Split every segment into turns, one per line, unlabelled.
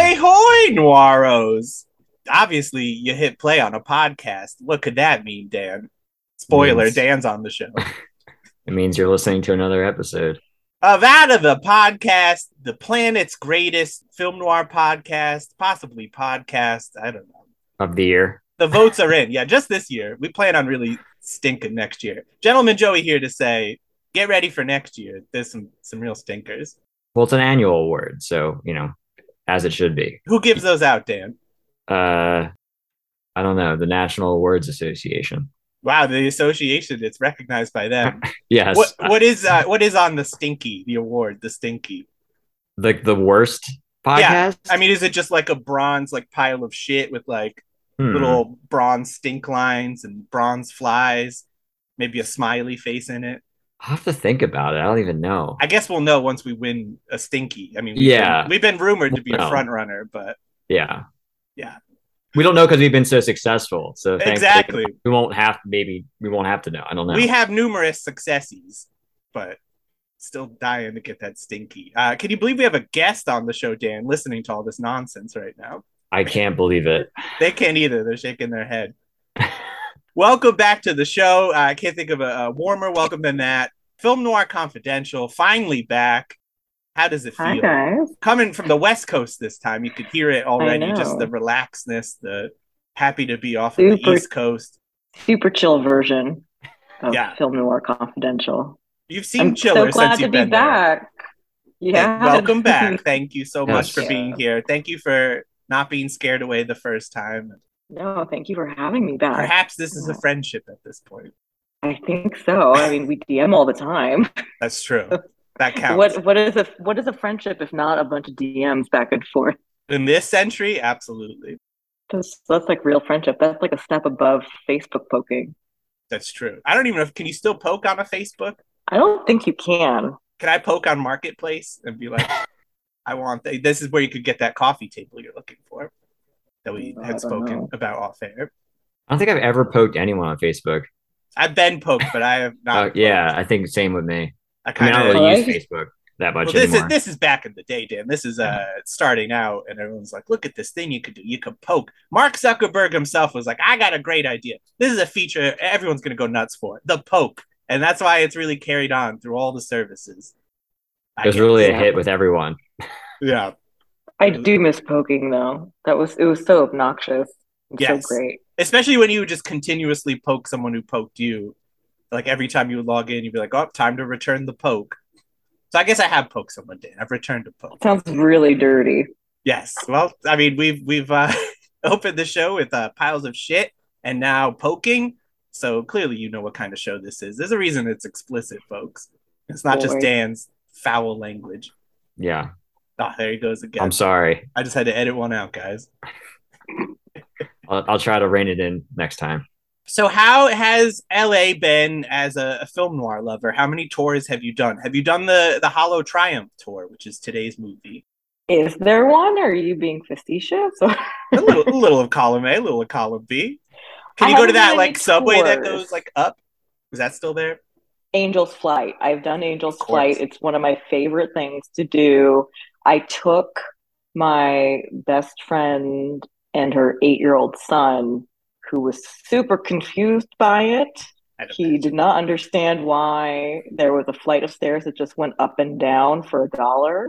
Hey, Noiros. Obviously, you hit play on a podcast. What could that mean, Dan? Spoiler,
Means-
Dan's on the show.
It means you're listening to another episode.
of out of the podcast, the planet's greatest film noir podcast, possibly podcast. I don't know.
of the year.
The votes are in. Yeah, just this year. We plan on really stinking next year. Gentleman Joey here to say, get ready for next year. There's some some real stinkers.
Well, it's an annual award, so you know, as it should be.
Who gives those out, Dan?
Uh, I don't know the National Awards Association.
Wow, the association it's recognized by them.
Yes,
What what is uh, what is on the stinky? The award, the stinky.
like the worst
Yeah,
podcast.
I mean, is it just like a bronze like pile of shit with like
Hmm.
little bronze stink lines and bronze flies, maybe a smiley face in it.
I'll have to think about it. I don't even know.
I guess we'll know once we win a stinky. I mean, we've
Yeah.
been, we've been rumored to be a
Well.
front runner, but
yeah,
Yeah.
We don't know because we've been so successful. So thanks-
Exactly.
we won't have maybe we won't have to know. I don't know.
we have numerous successes, but still dying to get that stinky. Uh, can you believe we have a guest on the show, Dan, listening to all this nonsense right now?
I can't believe it.
They can't either. They're shaking their head. welcome back to the show. Uh, I can't think of a, a warmer welcome than that. Film Noir Confidential, finally back. How does it feel?
Hi guys.
coming from the West Coast this time. You could hear it already,
know.
just the relaxedness, the happy to be off of the
Super.
East Coast.
Super chill version of
Yeah.
Film Noir Confidential.
You've
I'm
seen
so
Chiller
glad
since
to
you've
be
been there.
back. Yeah.
Hey, welcome back. Thank you so much
Yes.
for being here. Thank you for not being scared away the first time.
no, thank you for having me back.
Perhaps this is a friendship at this point.
I think so. I mean, we DM all the time.
That's true. That counts.
What what is a what is a friendship if not a bunch of DMs back and forth?
In this century, absolutely.
That's that's like real friendship. That's like a step above Facebook poking.
That's true. I don't even know if can you still poke on a Facebook?
I don't think you can.
Can I poke on Marketplace and be like, I want th- this is where you could get that coffee table you're looking for that we
I
had
don't
spoken
know.
about off air.
I don't think I've ever poked anyone on Facebook.
I've been poked, but I have not.
Uh, yeah, I think same with me.
I
I mean,
kind
I
of.
don't really
Alright.
use Facebook that much
well, this is
anymore.
this is back in the day, Dan. This is uh starting out, and everyone's like, "Look at this thing you could do. You could poke." Mark Zuckerberg himself was like, "I got a great idea. This is a feature everyone's going to go nuts for. The poke." And that's why it's really carried on through all the services. I
it was
guess.
really a
Yeah.
hit with everyone.
yeah.
I do miss poking though. That was it was so obnoxious. and
Yes.
So great.
especially when you would just continuously poke someone who poked you. Like every time you would log in, you'd be like, "Oh, time to return the poke." So I guess I have poked someone, Dan. I've returned a poke.
Sounds really dirty.
Yes. Well, I mean, we've we've uh, opened the show with uh, piles of shit and now poking. So clearly, you know what kind of show this is. There's a reason it's explicit, folks. It's not just
Boy.
Dan's foul language.
Yeah,
Ah, there he goes again.
I'm sorry.
I just had to edit one out, guys.
I'll, I'll try to rein it in next time.
So, how has LA been as a, a film noir lover? How many tours have you done? Have you done the the Hollow Triumph tour, which is today's movie?
Is there one? Or are you being facetious?
A little, a little of column A, a little of column B. Can
I
you go to
haven't
that
done
like
any
subway that
tours.
goes like up? Is that still there?
Angel's Flight. I've done Angel's
Of course.
Flight. It's one of my favorite things to do. I took my best friend and her eight year old son, who was super confused by it.
I don't
He did not understand why there was a flight of stairs that just went up and down for a dollar.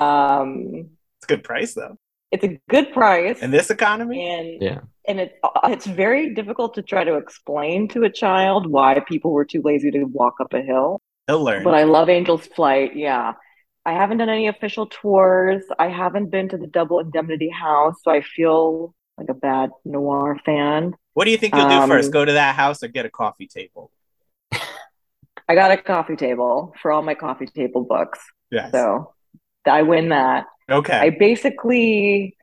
Um,
It's a good price though.
it's a good price.
In this economy,
and
Yeah.
and it it's very difficult to try to explain to a child why people were too lazy to walk up a hill
he'll learn.
but i love angel's flight yeah i haven't done any official tours i haven't been to the double indemnity house so i feel like a bad noir fan
what do you think you'll do
um,
first? Go to that house or get a coffee table?
i got a coffee table for all my coffee table books
Yes.
so i win that
okay.
I basically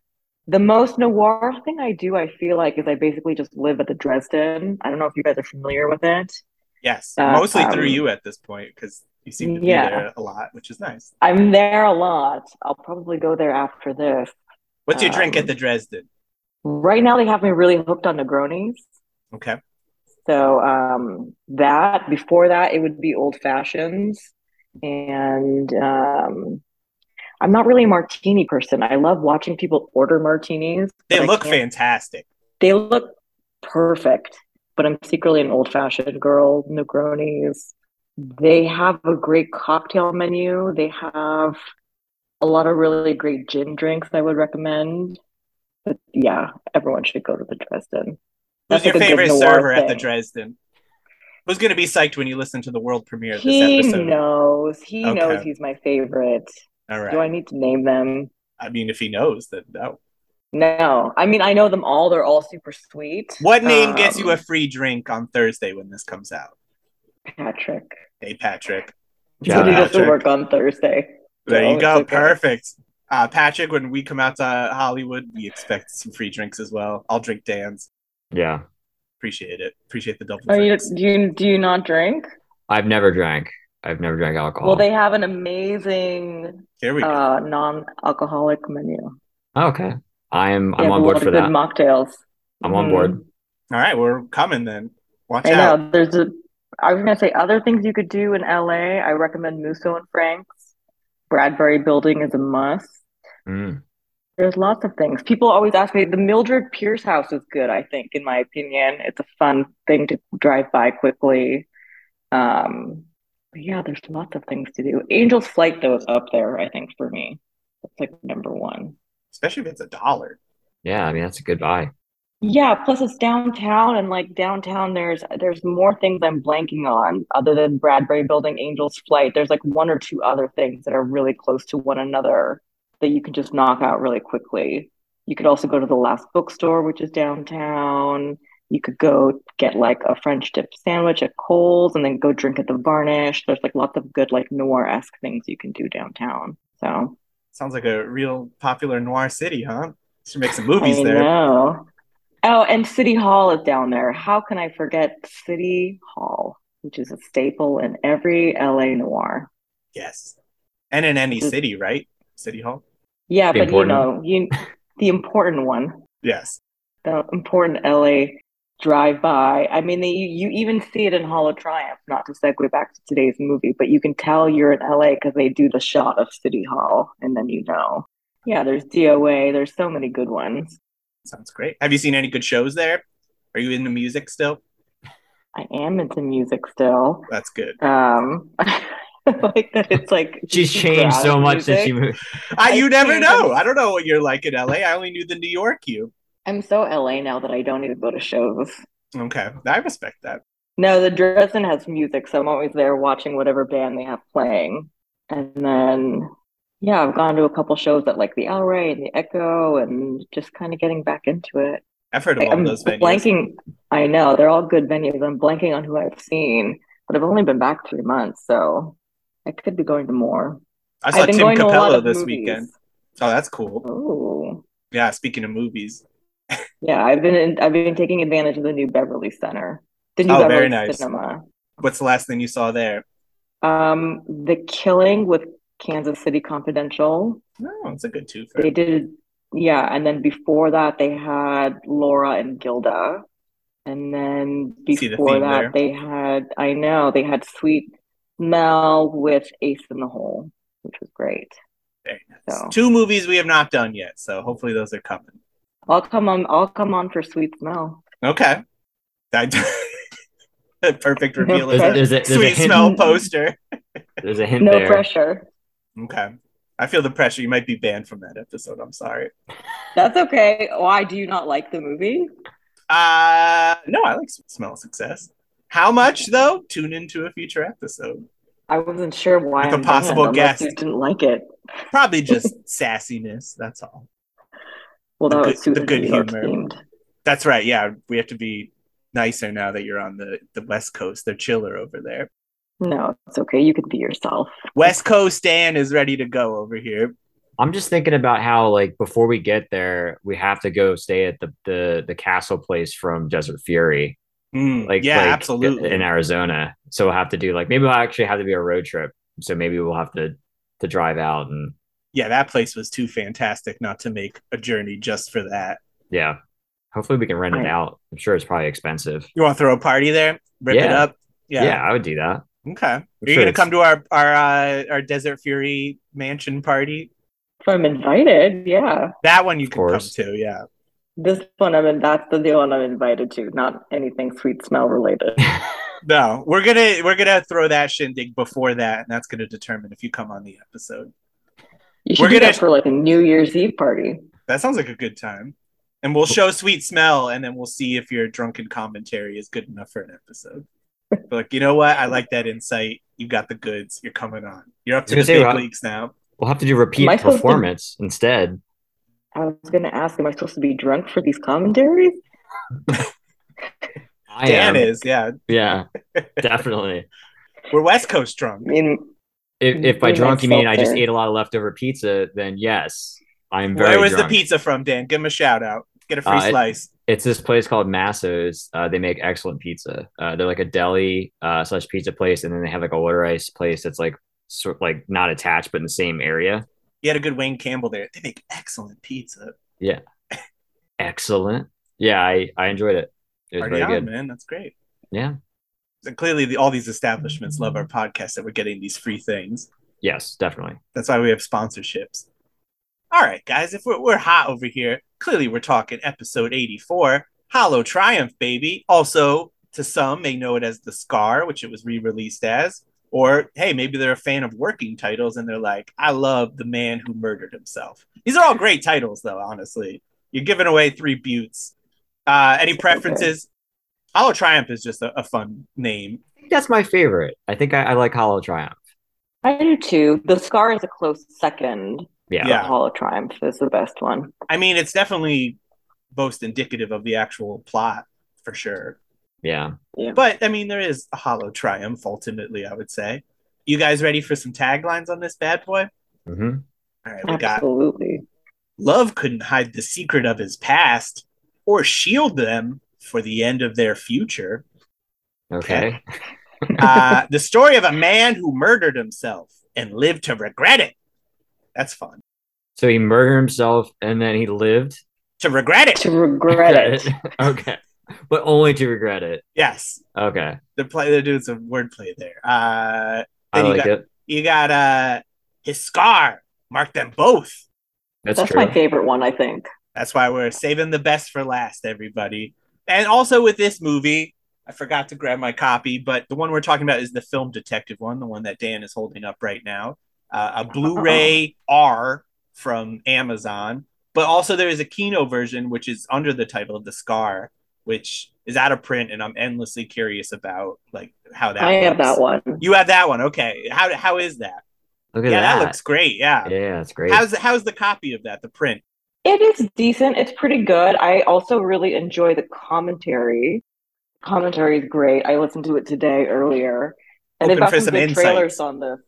the most noir thing I do, I feel like, is I basically just live at the Dresden. I don't know if you guys are familiar with it.
yes.
uh,
Mostly through
um,
you at this point because you seem to be
yeah.
there a lot, which is nice.
I'm there a lot. I'll probably go there after this.
What's your drink
um,
at the Dresden?
Right now, they have me really hooked on Negronis.
Okay.
So um, that before that, it would be old fashions, and um, I'm not really a martini person. I love watching people order martinis.
They
but I
look
can't-
fantastic.
They look perfect, but I'm secretly an old fashioned girl. Negronis. They have a great cocktail menu. They have a lot of really great gin drinks I would recommend. But yeah, everyone should go to the
Who's
Dresden. That's
your
like a good
favorite
noir
server at the
thing.
Dresden? Who's going to be psyched when you listen to the world premiere of this
He
episode?
knows. He
Okay.
knows he's my favorite.
All right.
Do I need to name them?
I mean, if he knows, then no.
No. I mean, I know them all. They're all super sweet.
What name gets you a
Um,
free drink on Thursday when this comes out?
Patrick?
Hey, Patrick.
So
Shout
he
out.
doesn't
Patrick.
work on Thursday.
There
Oh,
you go.
it's okay.
Perfect. Uh, Patrick, when we come out to Hollywood, we expect some free drinks as well. I'll drink Dan's.
Yeah.
Appreciate it. Appreciate the double
Are you,
drinks.
do you do you not drink?
I've never drank. I've never drank alcohol.
Well, they have an amazing
Here we go.
uh, non-alcoholic menu.
Oh, okay. I'm
They
I'm
have
on
a
board
lot
for
of good
that.
mocktails.
I'm on
Mhm.
board.
All right, we're coming then. Watch
I
out.
know. There's a. I was gonna say other things you could do in LA. I recommend Musso and Frank's. Bradbury Building is a must.
Mm.
There's lots of things. People always ask me, the Mildred Pierce house is good, I think, in my opinion. It's a fun thing to drive by quickly. Um, but yeah, there's lots of things to do. Angel's Flight, though, is up there, I think, for me. That's like number one.
Especially if it's a dollar.
Yeah, I mean that's a good buy.
Yeah, plus it's downtown, and like downtown, there's there's more things I'm blanking on other than Bradbury Building, Angel's Flight. There's like one or two other things that are really close to one another that you can just knock out really quickly. You could also go to the Last Bookstore, which is downtown. You could go get like a French dip sandwich at Cole's and then go drink at the Varnish. There's like lots of good like noir-esque things you can do downtown. So
Sounds like a real popular noir city, huh? Should make some
I
movies there.
know. Oh, and City Hall is down there. How can I forget City Hall, which is a staple in every LA noir?
Yes. And in any
Mm.
city, right? City Hall?
Yeah,
The
but you
important-
know, you the important one,
Yes.
the important LA drive-by. I mean, they, you even see it in Hall of Triumph, not to segue back to today's movie, but you can tell you're in LA because they do the shot of City Hall, and then you know. Yeah, there's DOA, there's so many good ones.
Sounds great. Have you seen any good shows there? Are you into music still?
I am into music still.
That's good.
Um, I like that it's like
She's changed so
Grunge
much since she
music.
moved.
I,
I
you never
think
know.
I'm-
I don't know what you're like in LA. I only knew the New York you.
I'm so LA now that I don't even go to shows.
Okay. I respect that.
No, the Dresden has music, so I'm always there watching whatever band they have playing. And then, yeah, I've gone to a couple shows at like the El Rey and the Echo, and just kind of getting back into it.
I've heard of
I-
all
I'm
those venues.
blanking. I know they're all good venues. I'm blanking on who I've seen, but I've only been back three months, so I could be going to more.
I saw
have been
Tim
going to a lot
Capello
of
this
movies.
weekend. Oh, that's cool.
Ooh.
Yeah, speaking of movies.
Yeah, I've been in, I've been taking advantage of the new Beverly Center, the new
Oh, very
Beverly
nice.
Cinema.
What's the last thing you saw there?
Um, The Killing with Kansas City Confidential.
Oh, it's a good two
They did, yeah, and then before that they had Laura and Gilda, and then
See the
before
theme
that
there.
they had I know they had Sweet Mel with Ace in the Hole, which was great.
Very nice.
So
Two movies we have not done yet, so hopefully those are coming.
I'll come on, I'll come on for Sweet Mel.
Okay. That perfect
No
reveal is
There's,
pressure.
a
there's, a, there's, a
sweet
hint,
smell poster.
there's a hint
No
there.
pressure.
Okay. I feel the pressure. You might be banned from that episode. I'm sorry.
That's okay. Why do you not like the movie?
Uh no, I like sweet smell success. How much though? Tune into a future episode.
I wasn't sure why
Like a
I'm
possible
banned unless you
guest.
didn't like it.
Probably just sassiness, that's all.
Well,
The
that
good-
would suit
the
a
good
New York
humor.
themed.
That's right. Yeah, we have to be nicer now that you're on the the West Coast. They're chiller over there.
No, it's okay. You could be yourself.
West Coast Dan is ready to go over here.
I'm just thinking about how like before we get there, we have to go stay at the the, the castle place from Desert Fury.
Mm,
Like
yeah,
like,
absolutely.
in Arizona. So we'll have to do like maybe we'll actually have to be a road trip. So maybe we'll have to to drive out and
yeah, that place was too fantastic not to make a journey just for that.
yeah. Hopefully we can rent it
Right.
out. I'm sure it's probably expensive.
You want to throw a party there? Rip it
Yeah.
up?
Yeah, I would do that.
Okay. Are you
sure
going to
it's-
come to our our uh, our Desert Fury Mansion party?
If I'm invited, yeah.
That one you
Of
can come
course.
to, yeah.
This one I'm in. That's the one I'm invited to. Not anything sweet smell related.
No, we're gonna we're gonna throw that shindig before that, and that's gonna determine if you come on the episode. We're
You should do
gonna-
that for like a New Year's Eve party.
That sounds like a good time. And we'll show sweet smell, and then we'll see if your drunken commentary is good enough for an episode. But like, you know what? I like that insight. You got the goods. You're coming on. You're up
I
to the
was gonna say,
big
Rob-
leagues now.
We'll have to do repeat
Am I supposed to-
performance instead.
I was going to ask, am I supposed to be drunk for these commentaries?
I
Dan
am.
is, yeah.
Yeah, definitely.
We're West Coast
I
drunk.
mean,
If, if by
Bring
drunk you mean I
myself
just
there.
ate a lot of leftover pizza, then yes, I'm very
Where was
drunk.
the pizza from, Dan? Give him a shout out. Get a free
Uh, it-
slice.
It's this place called Masso's. Uh, they make excellent pizza. Uh, they're like a deli uh, slash pizza place, and then they have like a water ice place that's like sort like not attached but in the same area.
You had a good Wayne Campbell there. They make excellent pizza.
Excellent. Yeah, I I enjoyed it. It was
Party
very
on,
good.
man. That's great.
Yeah.
And clearly, the, all these establishments love our podcast that we're getting these free things.
Yes, definitely.
That's why we have sponsorships. All right, guys, if we're, we're hot over here, clearly we're talking episode 84, Hollow Triumph, baby. Also, to some may know it as The Scar, which it was re released as. Or, hey, maybe they're a fan of working titles and they're like, I love The Man Who Murdered Himself. These are all great titles, though, honestly. You're giving away three buttes. Uh, any preferences? Hollow Triumph is just a, a fun name.
I think that's my favorite. I think I, I like Hollow Triumph.
I do too. The Scar is a close second.
Yeah.
Yeah.
The Hall of Triumph is the best one.
I mean, it's definitely most indicative of the actual plot for sure.
Yeah.
But I mean, there is a hollow triumph ultimately, I would say. You guys ready for some taglines on this bad boy?
hmm
All right, we got
Absolutely.
Love couldn't hide the secret of his past or shield them for the end of their future.
Okay.
Uh, the story of a man who murdered himself and lived to regret it. That's fun.
So he murdered himself and then he lived.
To regret it.
To regret it.
okay. But only to regret it.
Yes.
Okay.
They're, play- they're doing some wordplay there. Uh,
I
Then you
like
got-
it.
you got uh, his scar. Mark them both.
That's,
That's
true.
my favorite one, I think.
That's why we're saving the best for last, everybody. And also with this movie, I forgot to grab my copy, but the one we're talking about is the film detective one, the one that Dan is holding up right now. Uh, a Blu ray R from Amazon. But also, there is a Kino version, which is under the title of The Scar, which is out of print. And I'm endlessly curious about like how that
I have
looks.
that one.
You have that one. Okay. How, how is that?
Look at
Yeah, that.
that.
looks great. Yeah.
yeah, that's great.
How's, how's the copy of that, the print?
It is decent. It's pretty good. I also really enjoy the commentary. Commentary is great. I listened to it today earlier,
Hoping
and they've got
for
some
some
good
insights.
trailers on this.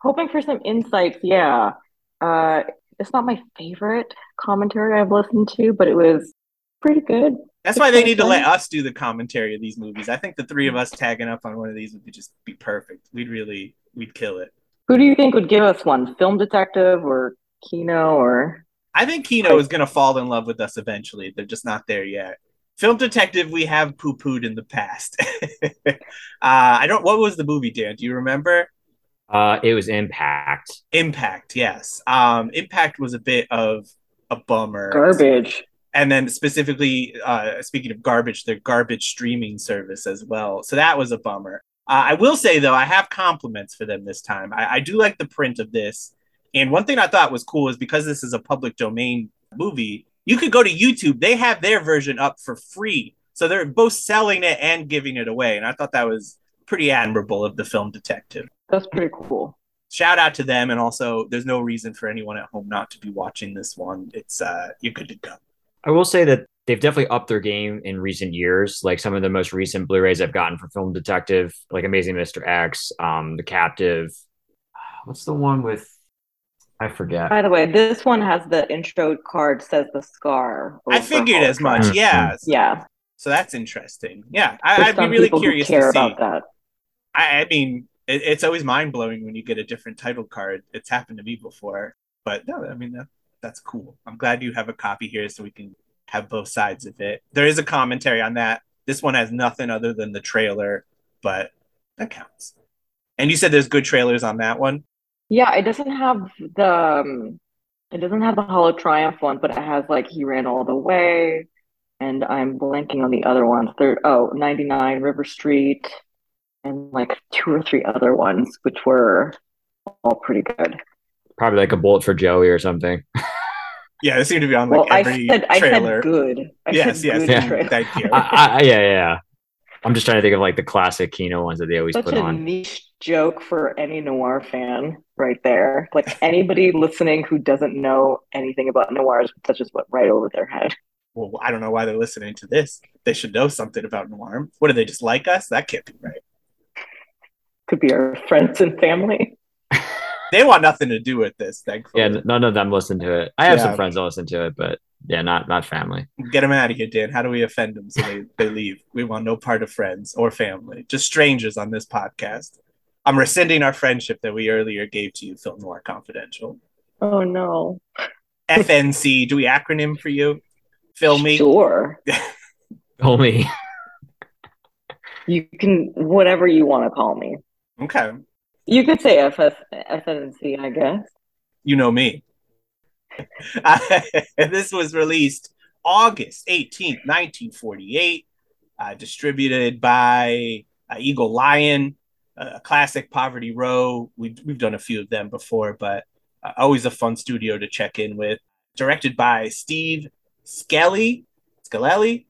Hoping for some insights. Yeah, uh, it's not my favorite commentary I've listened to, but it was pretty good.
That's why they need to let us do the commentary of these movies. I think the three of us tagging up on one of these would just be perfect. We'd really, we'd kill it.
Who do you think would give us one? Film detective or Kino or
I think Kino is going to fall in love with us eventually. They're just not there yet. Film Detective, we have poo pooed in the past. uh, I don't, what was the movie, Dan? Do you remember?
Uh, it was Impact.
Impact, yes. Um, Impact was a bit of a bummer.
garbage?
and then specifically uh, speaking of garbage their garbage streaming service as well so that was a bummer uh, i will say though i have compliments for them this time I, I do like the print of this and one thing i thought was cool is because this is a public domain movie you could go to youtube they have their version up for free so they're both selling it and giving it away and i thought that was pretty admirable of the film detective
That's pretty cool.
shout out to them and also there's no reason for anyone at home not to be watching this one it's uh you're good to go
I will say that they've definitely upped their game in recent years. Like some of the most recent Blu-rays I've gotten from Film Detective, like Amazing Mr. X, um, The Captive. What's the one with? I forget.
By the way, this one has the intro card says the scar.
i
over
figured as
Holocaust.
much yeah
Yeah.
So that's interesting. Yeah, I,
There's
I'd be
Mm-hmm. some
really
people who
curious
care
to see.
about that.
I, I mean, it, it's always mind blowing when you get a different title card. It's happened to me before, but no, I mean that, that's cool. I'm glad you have a copy here so we can have both sides of it. There is a commentary on that. This one has nothing other than the trailer, but that counts. And you said there's good trailers on that one.
Yeah, it doesn't have the um, It doesn't have the Hollow Triumph one, but it has like He Ran All the Way. And I'm blanking on the other ones. There, oh, 99 River Street, and like two or three other ones, which were all pretty good.
Probably like a bullet for Joey or something.
Yeah, it seemed to be on
well,
like
I
every
said, I
trailer.
said good. I
yes,
said
yes,
good
yeah.
trailer.
thank you.
I, I, yeah, yeah, yeah. I'm just trying to think of like the classic Kino ones that they always
Such
put
a
on.
niche joke for any noir fan, right there. Like anybody listening who doesn't know anything about noirs, that's just what right over their head.
well, I don't know why they're listening to this. They should know something about noir. What do they just like us? That can't be right.
Could be our friends and family.
They want nothing to do with this. Thankfully,
Yeah, n- none of them listen to it. I have some
Yeah.
friends that listen to it, but yeah, not not family.
get them out of here, Dan. How do we offend them so they, they leave? We want no part of friends or family, just strangers on this podcast. I'm rescinding our friendship that we earlier gave to you, Film Noir Confidential.
Oh no.
FNC. Do we acronym for you? Filmy.
Sure.
Only
You can whatever you want to call me.
Okay,
You could say FF FNC, I guess.
you know me. this was released August 18th, 1948, uh, distributed by uh, Eagle Lion, uh, a classic Poverty Row. We've, we've done a few of them before, but uh, always a fun studio to check in with. Directed by Steve Skelly. Skelly?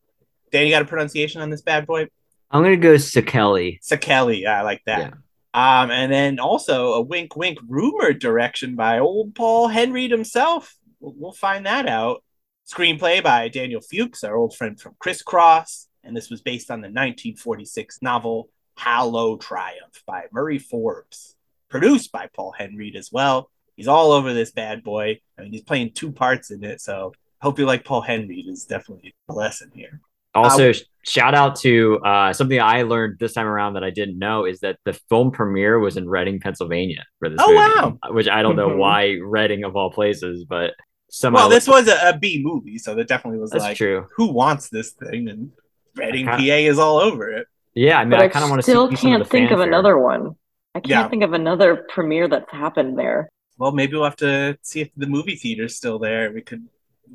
Dan, you got a pronunciation on this bad boy?
I'm gonna go Sakeli.
Sakeli. I like that. Um, and then also a wink, wink rumored direction by old Paul Henry himself. We'll, we'll find that out. Screenplay by Daniel Fuchs, our old friend from Crisscross. And this was based on the 1946 novel Hallow Triumph by Murray Forbes, produced by Paul Henry as well. He's all over this bad boy. I mean, he's playing two parts in it. So hope you like Paul Henry is definitely a lesson here.
Also, sh- shout out to uh, something I learned this time around that I didn't know is that the film premiere was in Reading, Pennsylvania for this
Oh,
movie.
wow.
Which I don't know
Mhm.
why Reading of all places, but somehow
Well, this was a, a B movie, so that definitely was
that's
like,
true.
who wants this thing? And Reading,
I
PA
kinda-
is all over it.
Yeah, I mean,
but
I
I,
kind of want to
still
see some
can't
the
think of
fanfare.
another one. I can't
Yeah.
think of another premiere that's happened there.
Well, maybe we'll have to see if the movie theater's still there. We could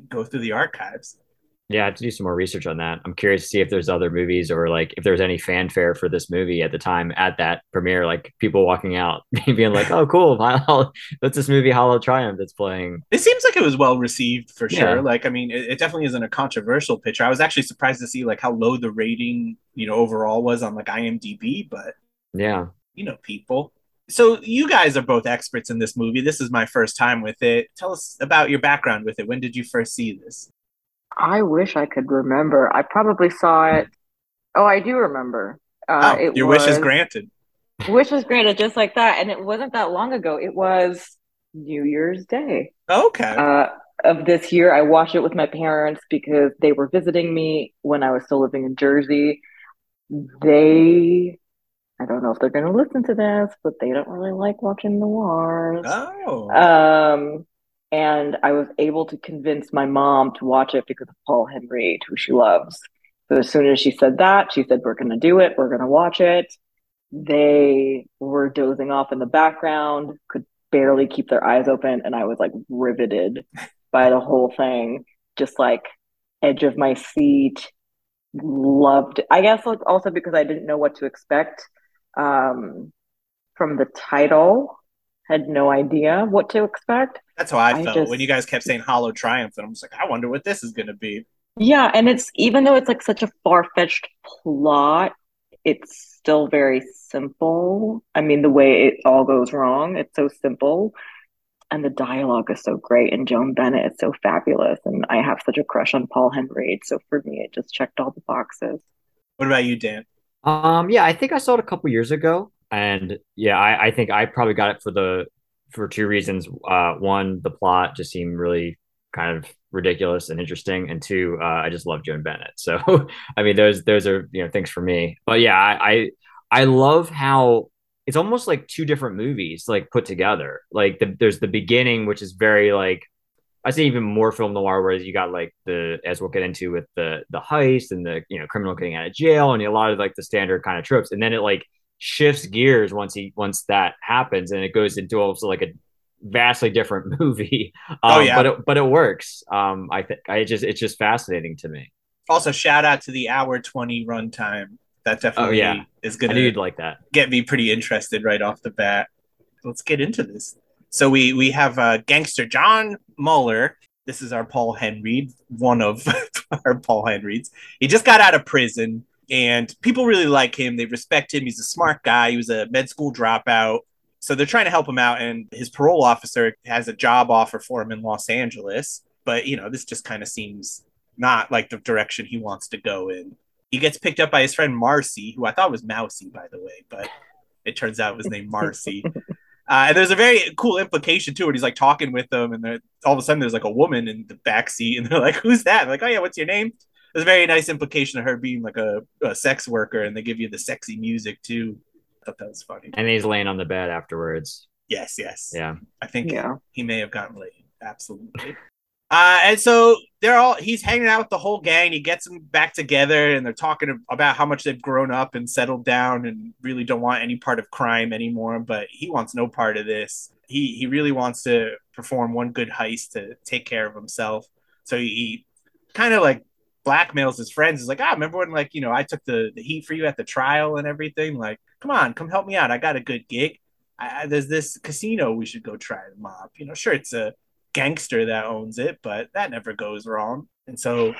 go through the archives.
Yeah, I have to do some more research on that. I'm curious to see if there's other movies or like if there's any fanfare for this movie at the time at that premiere, like people walking out being like, "Oh, cool! Hollow- That's this movie, Hollow Triumph, that's playing."
It seems like it was well received for
Yeah.
sure. Like, I mean, it, it definitely isn't a controversial picture. I was actually surprised to see like how low the rating, you know, overall was on like IMDb, but
Yeah,
you know, people. So you guys are both experts in this movie. This is my first time with it. Tell us about your background with it. When did you first see this?
I wish I could remember. I probably saw it. Oh, I do remember. Uh,
oh,
it
your wish is
was-
granted.
Wish was granted just like that. And it wasn't that long ago. It was New Year's Day.
Okay.
uh, of this year. I watched it with my parents because they were visiting me when I was still living in Jersey. They, I don't know if they're going to listen to this, but they don't really like watching noirs.
oh.
Um, and I was able to convince my mom to watch it because of Paul Henry, who she loves. So as soon as she said that, she said, "We're going to do it. We're going to watch it." They were dozing off in the background, could barely keep their eyes open, and I was like riveted by the whole thing, just like edge of my seat. Loved. I guess like, also because I didn't know what to expect um, from the title had no idea what to expect.
That's how I,
I
felt
just-
when you guys kept saying Hollow Triumph, and I'm just like, I wonder what this is going to be.
Yeah, and it's even though it's like such a far-fetched plot, it's still very simple. I mean, the way it all goes wrong, it's so simple. And the dialogue is so great, and Joan Bennett is so fabulous, and I have such a crush on Paul Henry. So for me, it just checked all the boxes.
What about you, Dan?
um, yeah, I think I saw it a couple years ago, and yeah, I, I think I probably got it for the for two reasons. Uh, one, the plot just seemed really kind of ridiculous and interesting, and two, uh, I just love Joan Bennett. So, I mean, those those are you know things for me. But yeah, I I, I love how it's almost like two different movies like put together. Like the, there's the beginning, which is very like I see even more film noir where you got like the as we'll get into with the the heist and the you know criminal getting out of jail and a lot of like the standard kind of tropes, and then it like shifts gears once he once that happens and it goes into also like a vastly different movie. Um,
Oh, yeah.
but it, but it works. Um, I think I just it's just fascinating to me.
Also, shout out to the hour 20 runtime. That definitely
Oh, yeah.
is
I
going
knew
to
you'd like that.
get me pretty interested right off the bat. Let's get into this. So we we have uh, gangster John Mueller. This is our Paul Henry, one of our Paul Henrys. He just got out of prison, and people really like him. They respect him. He's a smart guy. He was a med school dropout, so they're trying to help him out. And his parole officer has a job offer for him in Los Angeles. But you know, this just kind of seems not like the direction he wants to go in. He gets picked up by his friend Marcy, who I thought was Mousy, by the way, but it turns out it was named Marcy. Uh, and there's a very cool implication to it. He's like talking with them, and they're- all of a sudden there's like a woman in the back seat, and they're like, "Who's that?" like, "Oh yeah, what's your name?" There's a very nice implication of her being like a, a sex worker, and they give you the sexy music too. I thought that was funny.
And he's laying on the bed afterwards.
Yes, yes,
Yeah.
I think
Yeah.
he may have gotten laid. Absolutely. Uh, and so they're all he's hanging out with the whole gang. He gets them back together, and they're talking about how much they've grown up and settled down, and really don't want any part of crime anymore. But he wants no part of this. He he really wants to perform one good heist to take care of himself. So he, he kind of like blackmails his friends. He's like, ah, remember when like you know I took the, the heat for you at the trial and everything? Like, come on, come help me out. I got a good gig. I, I- there's this casino we should go try and mob. You know, sure, it's a gangster that owns it, but that never goes wrong. And so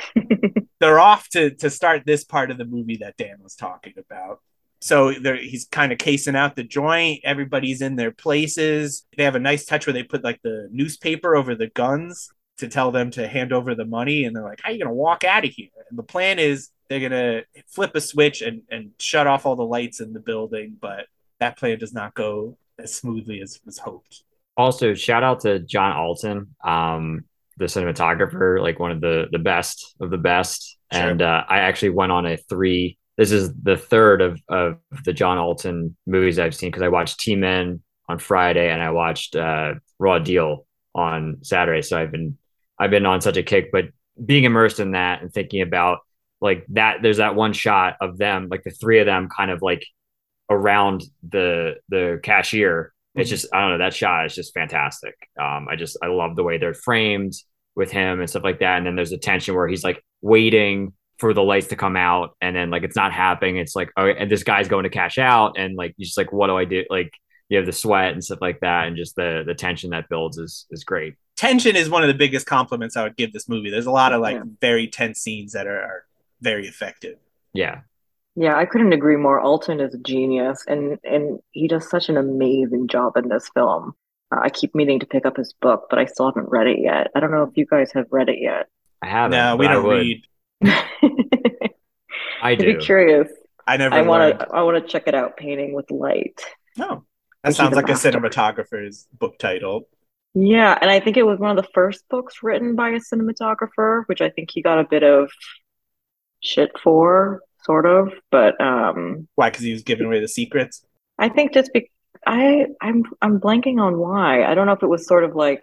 they're off to to start this part of the movie that Dan was talking about. So they're, he's kind of casing out the joint. Everybody's in their places. They have a nice touch where they put like the newspaper over the guns to tell them to hand over the money. And they're like, "How you gonna walk out of here?" And the plan is they're gonna flip a switch and and shut off all the lights in the building. But that plan does not go as smoothly as was hoped.
Also, shout out to John Alton, um, the cinematographer, like one of the the best of the best.
Sure.
And uh, I actually went on a three. This is the third of of the John Alton movies I've seen because I watched T Men on Friday and I watched uh, Raw Deal on Saturday. So I've been I've been on such a kick, but being immersed in that and thinking about like that, there's that one shot of them, like the three of them, kind of like around the the cashier. It's
Mhm.
just I don't know that shot is just fantastic. Um, I just I love the way they're framed with him and stuff like that. And then there's a tension where he's like waiting for the lights to come out, and then like it's not happening. It's like oh, and this guy's going to cash out, and like you just like what do I do? Like you have the sweat and stuff like that, and just the the tension that builds is is great.
tension is one of the biggest compliments I would give this movie. There's a lot of like
Yeah.
very tense scenes that are, are very effective.
Yeah.
Yeah, I couldn't agree more. Alton is a genius, and and he does such an amazing job in this film. Uh, I keep meaning to pick up his book, but I still haven't read it yet. I don't know if you guys have read it yet.
I haven't.
No, we
but I
don't
would.
read.
I'd
I
be
do.
curious.
I never.
I want
learned.
to. I want to check it out. Painting with light.
No,
I
that
keep
sounds
them
like a
after.
cinematographer's book title.
Yeah, and I think it was one of the first books written by a cinematographer, which I think he got a bit of shit for, sort of. But um,
Why? Because he was giving away the secrets.
I think just be I I'm I'm blanking on why. I don't know if it was sort of like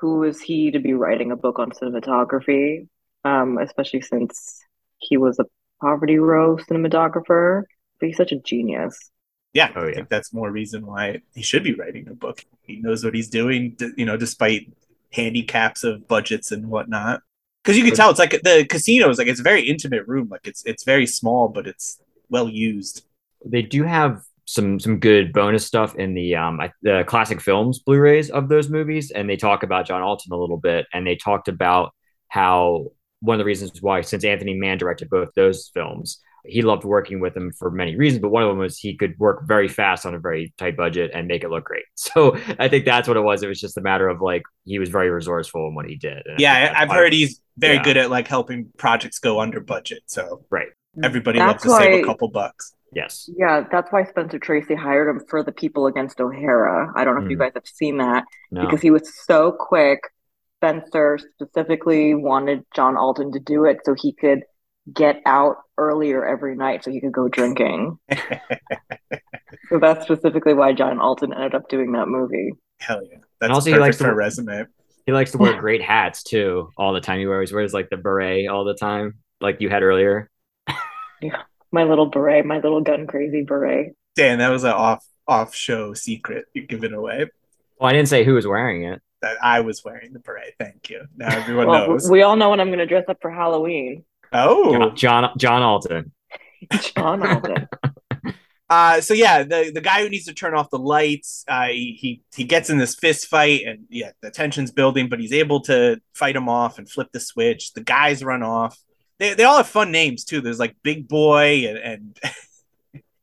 who is he to be writing a book on cinematography, um, especially since he was a Poverty Row cinematographer. But he's such a genius.
Yeah,
Oh,
I
yeah.
think that's more reason why he should be writing a book. He knows what he's doing, d- you know, despite handicaps of budgets and whatnot. Because you can tell it's like the casino is like it's a very intimate room. Like it's it's very small, but it's well used.
They do have some some good bonus stuff in the um I- the classic films Blu-rays of those movies, and they talk about John Alton a little bit, and they talked about how one of the reasons why since Anthony Mann directed both those films, he loved working with him for many reasons, but one of them was he could work very fast on a very tight budget and make it look great. So I think that's what it was. It was just a matter of like he was very resourceful in what he did. And I
Yeah,
think
I, I've
that's
heard he's very
Yeah.
good at like helping projects go under budget. So
Right.
everybody
That's
loves to save
why-
a couple bucks.
yes.
Yeah, that's why Spencer Tracy hired him for the People Against O'Hara. I don't know if you
Mhm.
guys have seen that
No.
because he was so quick. Spencer specifically wanted John Alden to do it so he could get out earlier every night so he could go drinking. So that's specifically why John Alton ended up doing that movie.
Hell yeah, that's
also he
perfect
likes to-
for a resume.
He likes to wear
Yeah.
great hats too, all the time. He always wears like the beret all the time, like you had earlier.
My little beret, my little gun crazy beret.
Dan, that was an off off show secret you're giving away.
Well, I didn't say who was wearing it.
That I was wearing the beret. Thank you. Now everyone
Well,
knows.
we all know when I'm going to dress up for Halloween.
oh,
John, John John Alton.
John Alden.
Uh, so yeah, the the guy who needs to turn off the lights, uh, he, he he gets in this fist fight, and yeah, the tension's building, but he's able to fight him off and flip the switch. The guys run off. They they all have fun names too. There's like Big Boy and, and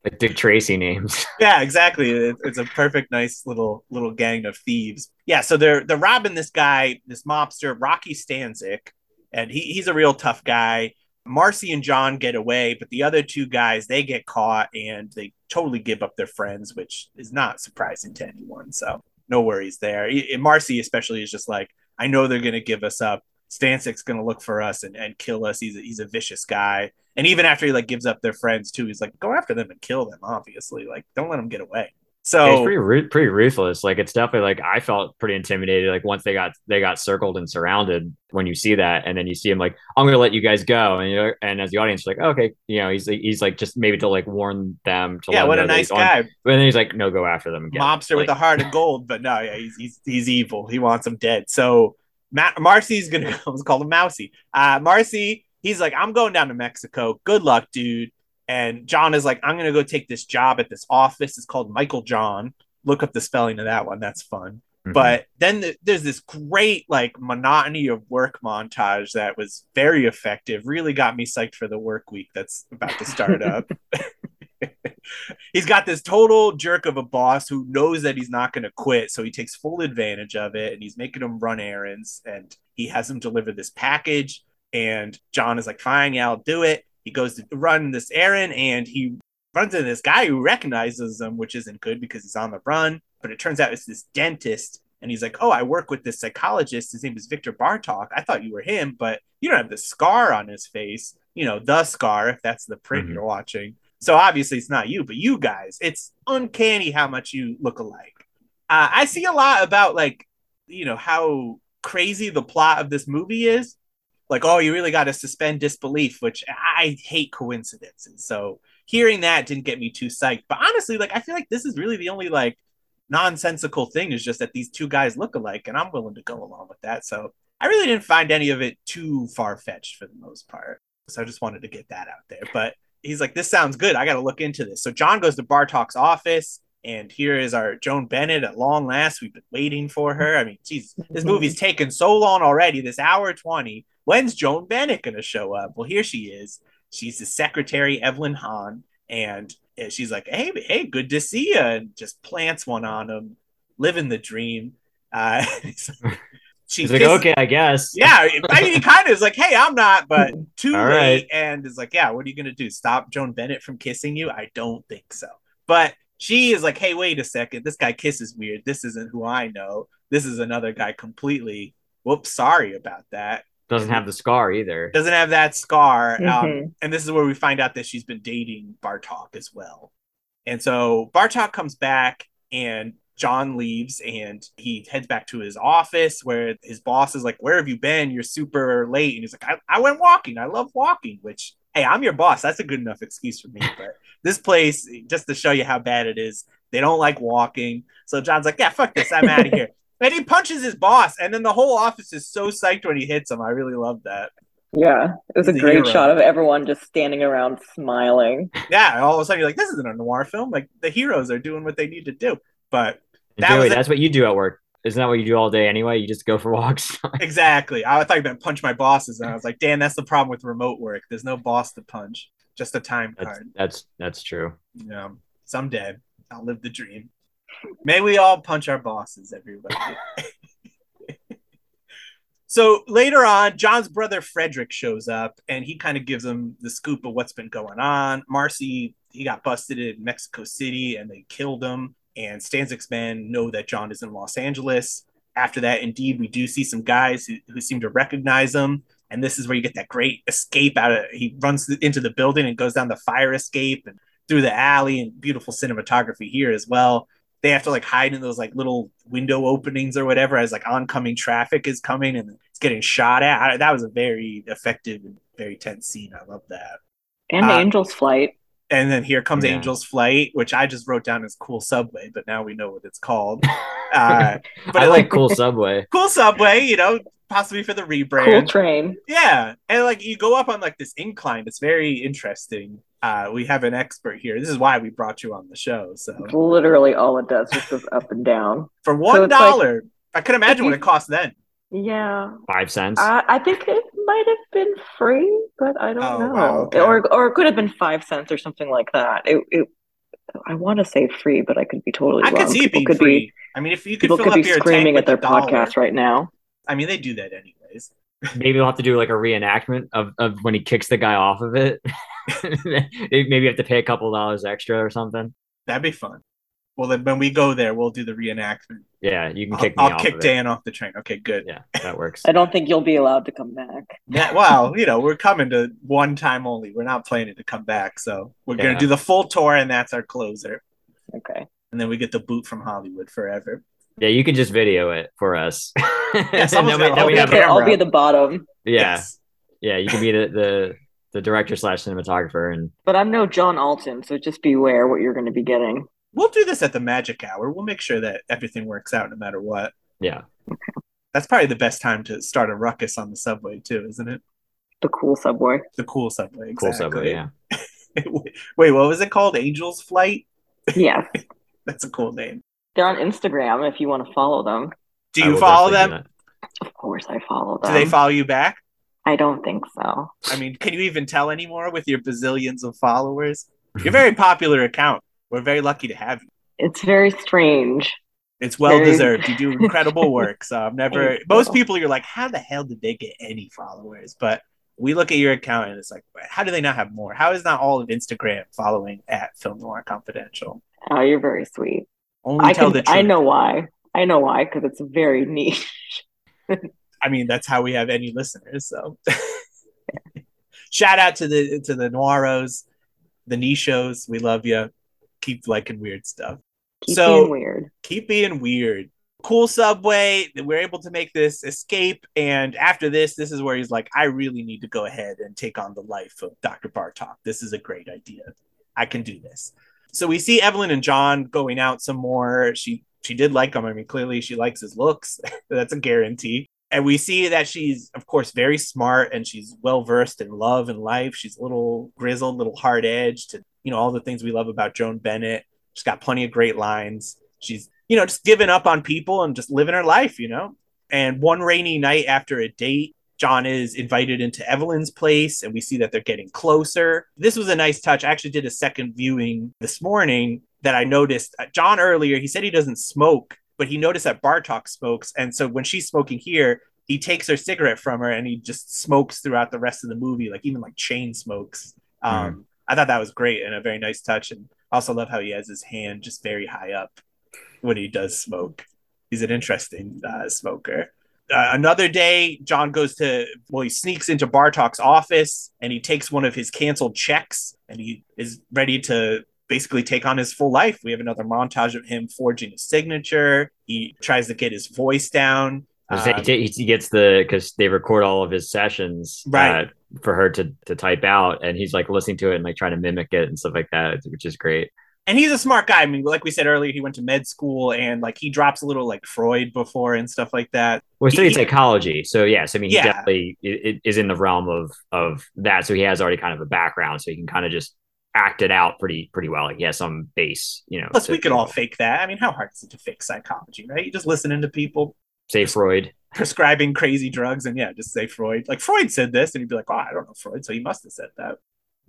Like Dick Tracy names.
yeah, exactly. It, it's a perfect, nice little little gang of thieves. Yeah, so they're they're robbing this guy, this mobster Rocky Stanzik, and he, he's a real tough guy. Marcy and John get away, but the other two guys they get caught and they totally give up their friends, which is not surprising to anyone. So no worries there. E- And Marcy especially is just like, I know they're gonna give us up. Stancic's gonna look for us and, and kill us. He's a, he's a vicious guy. And even after he like gives up their friends too, he's like, go after them and kill them. Obviously, like don't let them get away.
It's
So
pretty ru- pretty ruthless. Like it's definitely like I felt pretty intimidated. Like once they got they got circled and surrounded. When you see that, and then you see him like, I'm gonna let you guys go, and you're and as the audience, you're like, okay, you know, he's he's like just maybe to like warn them to. let
yeah,
them
what
know
a
that he's
nice guy,
on- But then he's like, no, go after them. Again.
mobster with a
Like,
heart of gold. But no, yeah, he's he's, he's evil. He wants them dead. So Ma- Marcy's gonna go. It's called a Mousy. Uh, Marcy, he's like, I'm going down to Mexico. Good luck, dude. And John is like, I'm gonna go take this job at this office. It's called Michael John. Look up the spelling of that one. That's fun.
mhm.
But then th- there's this great like monotony of work montage that was very effective. Really got me psyched for the work week that's about to start up. he's got this total jerk of a boss who knows that he's not going to quit, so he takes full advantage of it, and he's making him run errands, and he has him deliver this package. And John is like, "Fine, yeah, I'll do it." He goes to run this errand, and he runs into this guy who recognizes him, which isn't good because he's on the run. But it turns out it's this dentist, and he's like, "Oh, I work with this psychologist. His name is Victor Bartok. I thought you were him, but you don't have the scar on his face. You know, the scar. If that's the print
Mhm.
you're watching, so obviously it's not you, but you guys. It's uncanny how much you look alike. Uh, I see a lot about like, you know, how crazy the plot of this movie is. Like, oh, you really got to suspend disbelief, which I hate coincidences. So hearing that didn't get me too psyched. But honestly, like I feel like this is really the only like nonsensical thing is just that these two guys look alike, and I'm willing to go along with that. So I really didn't find any of it too far fetched for the most part. So I just wanted to get that out there. But he's like, this sounds good. I got to look into this. So John goes to Bartok's office, and here is our Joan Bennett at long last. We've been waiting for her. I mean, geez, this
Mhm.
movie's taken so long already. This hour 20. When's Joan Bennett going to show up? Well, here she is. She's the secretary, Evelyn Hahn and uh, she's like, "Hey, hey, good to see you," and just plants one on him, living the dream. Uh, she's
he's like, okay, I guess.
yeah, I mean, he kind of is like, "Hey, I'm not," but um, too
All
late,
right.
and is like, "Yeah, what are you gonna do? Stop Joan Bennett from kissing you? I don't think so." But she is like, "Hey, wait a second. This guy kisses weird. This isn't who I know. This is another guy completely. Whoops, sorry about that.
Doesn't have the scar either.
Doesn't have that scar." Um,
Mhm.
and this is where we find out that she's been dating Bartok as well. And so Bartok comes back and John leaves and he heads back to his office where his boss is like, Where have you been? You're super late. And he's like, I, I went walking. I love walking, which, hey, I'm your boss. That's a good enough excuse for me. But this place, just to show you how bad it is, they don't like walking. So John's like, Yeah, fuck this. I'm out of here. And he punches his boss. And then the whole office is so psyched when he hits him. I really love that.
Yeah, it was a
He's a
great
hero.
shot of everyone just standing around smiling.
yeah, all of a sudden you're like, this isn't a noir film. Like the heroes are doing what they need to do. But
And
That
Joey,
was it.
that's what you do at work. Isn't that what you do all day anyway? You just go for walks.
exactly, I thought you meant punch my bosses, and I was like, damn, that's the problem with remote work. There's no boss to punch, just a time
that's,
card.
that's that's true.
You know, someday I'll live the dream. May we all punch our bosses, everybody. so later on, John's brother Frederick shows up and he kind of gives him the scoop of what's been going on. Marcy, he got busted in Mexico City and they killed him. And Stanzik's men know that John is in Los Angeles. After that, indeed, we do see some guys who, who seem to recognize him. And this is where you get that great escape out of he runs into the building and goes down the fire escape and through the alley and beautiful cinematography here as well they have to like hide in those like little window openings or whatever as like oncoming traffic is coming and it's getting shot at. I, that was a very effective and very tense scene. I love that.
And
Uh,
Angel's Flight.
and then here comes
Yeah.
Angel's Flight, which I just wrote down as Cool Subway, but now we know what it's called. Uh, but
I
it,
like Cool Subway.
Cool Subway, you know, possibly for the
Cool
rebrand.
train.
Yeah, and like you go up on like this incline. It's very interesting. Uh, we have an expert here. This is why we brought you on the show. So
It's literally all it does, just goes up and down.
for
So
one
it's like-
dollar, I could imagine
you-
what it cost then.
Yeah,
Five cents.
Uh,
I, I think it might have been free, but I don't
Oh,
know.
wow, okay.
Or or it could have been five cents or something like that. It, it I want to say free, but I could be totally
I
wrong.
could see it
people
being
could
free.
be
I mean, if you could
people
fill
could
up
be
your
screaming
tank
at their
with a dollar-
podcast right now.
I mean, they do that anyways.
Maybe we'll have to do like a reenactment of, of when he kicks the guy off of it. Maybe you have to pay a couple dollars extra or something.
That'd be fun. Well, then when we go there, we'll do the reenactment.
Yeah, you can
I'll,
kick me
I'll
off.
kick
of it.
Dan off the train. Okay, good.
Yeah, that works.
I don't think you'll be allowed to come back.
Yeah, well, you know, we're coming to one time only. We're not planning to come back, so we're
Yeah.
gonna do the full tour, and that's our closer.
Okay.
And then we get the boot from Hollywood forever.
Yeah, you can just video it for us. Yeah,
someone's gotta open
Okay,
have a-
I'll be at the bottom,
yeah,
Yes.
yeah, you can be the, the the director slash cinematographer and
but I'm no John Alton, so just beware what you're going to be getting.
We'll do this at the magic hour. We'll make sure that everything works out no matter what.
yeah.
That's probably the best time to start a ruckus on the subway too, isn't it?
The cool subway.
The cool subway. Exactly.
Cool subway, yeah.
Wait, what was it called? Angel's Flight?
Yes.
That's a cool name.
They're on Instagram if you want to follow them.
Do
I
you
will
follow them?
definitely Um,
Of course, I follow
Do
them.
they follow you back?
I don't think so.
I mean, can you even tell anymore with your bazillions of followers? You're a very popular account. We're very lucky to have you.
It's very strange.
It's well
Very-
deserved. You do incredible work. So I've never
Thank
most
you.
people you're like, how the hell did they get any followers? But we look at your account and it's like, how do they not have more? How is not all of Instagram following at Film Noir Confidential?
Oh, you're very sweet.
Only
I
tell
can,
the truth.
I know why. I know why because it's very niche.
I mean, that's how we have any listeners. So, shout out to the to the Noiros, the Nichos. We love you. Keep liking weird stuff.
Keep
So-
being weird.
Keep being weird. Cool subway. that We're able to make this escape, and after this, this is where he's like, "I really need to go ahead and take on the life of Doctor Bartok. This is a great idea. I can do this." So we see Evelyn and John going out some more. She she did like him. I mean, clearly she likes his looks. That's a guarantee. And we see that she's, of course, very smart and she's well versed in love and life. She's a little grizzled, little hard edged, and you know all the things we love about Joan Bennett. She's got plenty of great lines. She's you know just giving up on people and just living her life. You know. And one rainy night after a date, John is invited into Evelyn's place, and we see that they're getting closer. This was a nice touch. I actually did a second viewing this morning that I noticed. uh, John earlier, he said he doesn't smoke, but he noticed that Bartok smokes. And so when she's smoking here, he takes her cigarette from her and he just smokes throughout the rest of the movie, like even like chain smokes. Um, I thought that was great and a very nice touch. And I also love how he has his hand just very high up when he does smoke. He's an interesting uh, smoker uh, another day, John goes to well, he sneaks into Bartok's office and he takes one of his canceled checks and he is ready to basically take on his full life. We have another montage of him forging a signature. He tries to get his voice down.
I was saying,
Um,
he, he gets the because they record all of his sessions
Right.
uh, for her to to type out, and he's like listening to it and like trying to mimic it and stuff like that, which is great.
and he's a smart guy. I mean, like we said earlier, he went to med school and like he drops a little like Freud before and stuff like that.
Well, he studied
He-
psychology, so yes, I mean, he
Yeah.
definitely i- i- is in the realm of of that. So he has already kind of a background, so he can kind of just act it out pretty pretty well. Like he has some base, you know.
Plus,
to-
we could all fake that. I mean, how hard is it to fake psychology, right? You're just listening to people
say Freud.
prescribing crazy drugs and yeah, just say Freud. Like Freud said this, and you'd be like, oh, I don't know Freud, so he must have said that.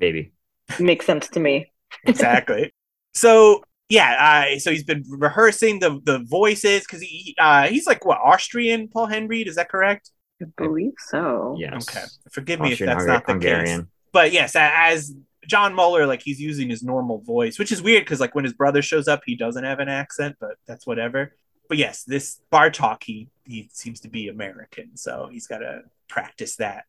Maybe
Makes sense to me.
Exactly. so yeah, uh, so he's been rehearsing the the voices because he he, uh, he's like what Austrian Paul Henry, is that correct?
I believe so.
yes.
Okay, forgive me
Austrian,
if that's
Hungar-
not the case. But yes, a- as John Mueller, like he's using his normal voice, which is weird because like when his brother shows up, he doesn't have an accent, but that's whatever. But yes, this Bartok, he he seems to be American, so he's got to practice that.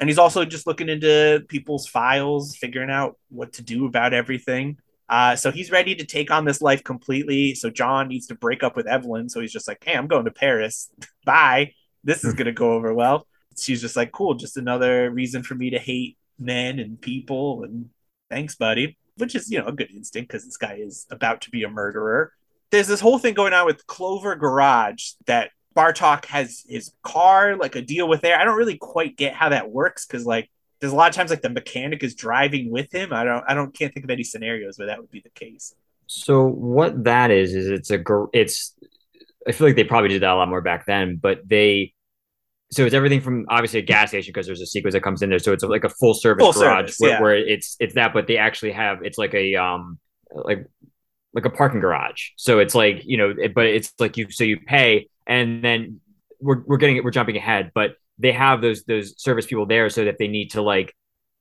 And he's also just looking into people's files, figuring out what to do about everything. Uh, so he's ready to take on this life completely. So John needs to break up with Evelyn. So he's just like, "Hey, I'm going to Paris. Bye. This is gonna go over well." She's just like, "Cool, just another reason for me to hate men and people." And thanks, buddy. which is, you know, a good instinct because this guy is about to be a murderer. There's this whole thing going on with Clover Garage that Bartok has his car, like a deal with there. I don't really quite get how that works because, like, there's a lot of times like the mechanic is driving with him. I don't, I don't, can't think of any scenarios where that would be the case.
So what that is is it's a gar- it's. I feel like they probably did that a lot more back then, but they. So it's everything from obviously a gas station because there's a sequence that comes in there. So it's like a full service
Full
garage
service,
where,
yeah.
where it's it's that, but they actually have it's like a um like like a parking garage. So it's like you know, it, but it's like you so you pay and then we're we're getting we're jumping ahead, but they have those those service people there so that they need to like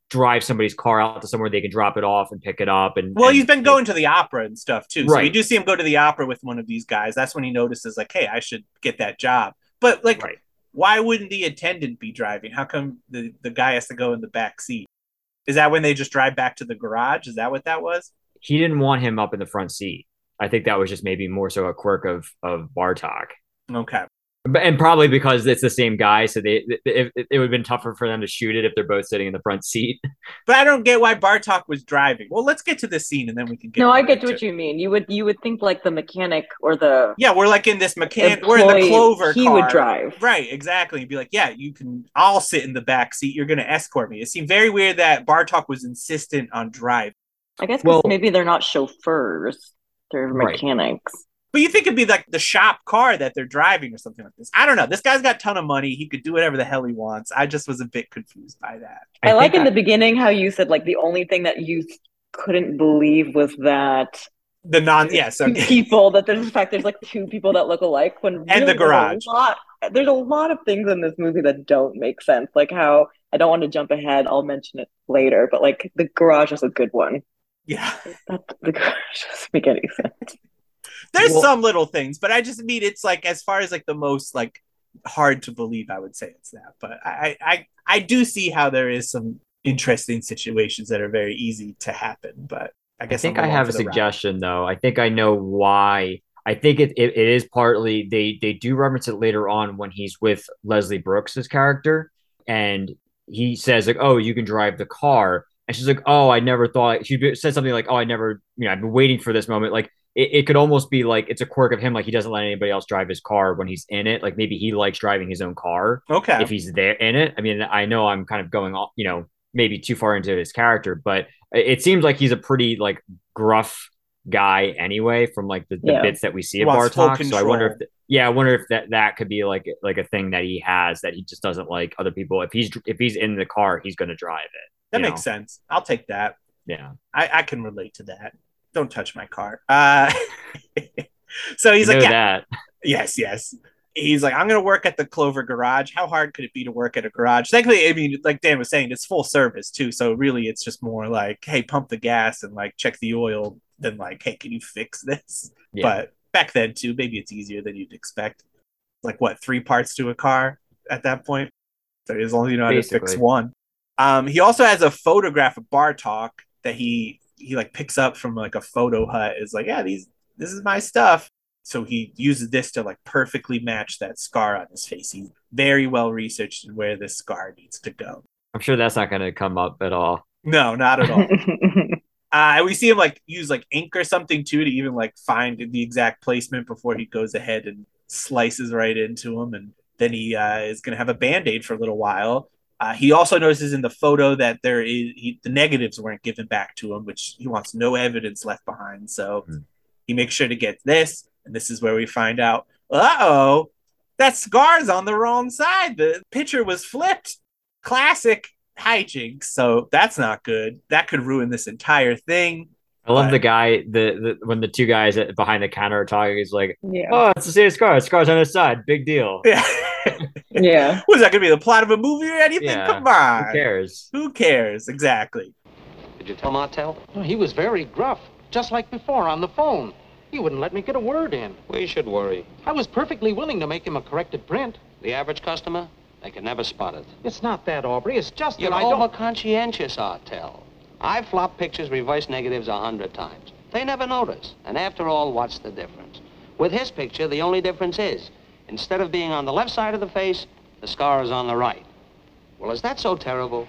drive somebody's car out to somewhere they can drop it off and pick it up and
Well,
and-
he's been going to the opera and stuff too. So we
Right.
do see him go to the opera with one of these guys. That's when he notices, like, hey, I should get that job. But like,
Right.
why wouldn't the attendant be driving? How come the, the guy has to go in the back seat? Is that when they just drive back to the garage? Is that what that was?
he didn't want him up in the front seat. I think that was just maybe more so a quirk of of Bartok,
Okay.
but, and probably because it's the same guy, so they it, it, it would have been tougher for them to shoot it if they're both sitting in the front seat.
But I don't get why Bartok was driving. Well, let's get to this scene and then we can get
no, I get
into
what you mean. You would you would think like the mechanic or the
Yeah, we're like in this mechanic. We're in the
employee,
Clover
He
car.
would drive.
Right, exactly. And be like, yeah, you can. I'll sit in the back seat. You're going to escort me. It seemed very weird that Bartok was insistent on driving.
I guess 'cause
Well-
maybe they're not chauffeurs; they're
Right.
mechanics.
But you think it'd be like the shop car that they're driving or something like this. I don't know. This guy's got a ton of money. He could do whatever the hell he wants. I just was a bit confused by that.
I, like in
think
the beginning how you said like the only thing that you couldn't believe was that
The non, yes,
two
okay.
people that there's in fact there's like two people that look alike when
And the
there's a
garage.
lot- there's a lot of things in this movie that don't make sense. Like how I don't want to jump ahead. I'll mention it later. But like the garage is a good one.
yeah.
That the garage doesn't make any sense.
There's
Well-
some little things, but I just mean it's like as far as like the most like hard to believe. I would say it's that, but I I I, I do see how there is some interesting situations that are very easy to happen. But I
I
guess
think
I'm
I
along
have
for
a
the ride.
suggestion though. I think I know why. I think it, it, it is partly they they do reference it later on when he's with Leslie Brooks's character and he says like, "Oh, you can drive the car," and she's like, "Oh, I never thought." She be- said something like, "Oh, I never, you know, I've been waiting for this moment." Like it, it could almost be like it's a quirk of him, like he doesn't let anybody else drive his car when he's in it. Like maybe he likes driving his own car
Okay.
if he's there in it. I mean, I know I'm kind of going off, you know, maybe too far into his character, but it- it seems like he's a pretty like gruff guy anyway from like the, the
Yeah.
bits that we see
He
of
wants full
Bartok. So I wonder if
control.
th- yeah, I wonder if that that could be like like a thing that he has that he just doesn't like other people. If he's if he's in the car, he's going to drive it.
that
you
makes sense. I'll take that.
Yeah.
I I can relate to that. Don't touch my car. Uh, so he's
You
like, yeah,
know that.
Yes, yes. He's like, I'm gonna work at the Clover Garage. How hard could it be to work at a garage? Thankfully, I mean, like Dan was saying, it's full service too. So really, it's just more like, hey, pump the gas and like check the oil than like, hey, can you fix this?
Yeah.
But back then too, maybe it's easier than you'd expect. Like what, three parts to a car at that point? So as long as you know how to fix
Basically.
one. Um, he also has a photograph of Bartok that he he like picks up from like a photo hut. Is like, yeah, these this is my stuff so he uses this to like perfectly match that scar on his face. He's very well researched in where this scar needs to go.
I'm sure that's not going to come up at all.
No, not at all. uh, we see him like use like ink or something too to even like find the exact placement before he goes ahead and slices right into him. And then he uh, is going to have a band aid for a little while. Uh, he also notices in the photo that there is he, the negatives weren't given back to him, which he wants no evidence left behind. So
Mhm.
he makes sure to get this, and this is where we find out. Uh oh, that scar's on the wrong side. The picture was flipped. Classic hijinks. So that's not good. That could ruin this entire thing.
I love
But-
the guy the, the when the two guys at, behind the counter are talking he's like,
yeah,
"Oh, it's the same scar. Scar's on his side. Big deal."
Yeah.
yeah.
Was that going to be the plot of a movie or anything?
Yeah.
Come on.
Who cares?
Who cares? Exactly.
Did you tell Martel? No, he was very gruff, just like before on the phone. He wouldn't let me get a word in.
We should worry.
I was perfectly willing to make him a corrected print.
The average customer, they can never spot it.
It's not that, Aubrey. It's just that
You're
I don't.
over conscientious, Artel. I flop pictures, reverse negatives a hundred times. They never notice. And after all, what's the difference? With his picture, the only difference is instead of being on the left side of the face, the scar is on the right. Well, is that so terrible?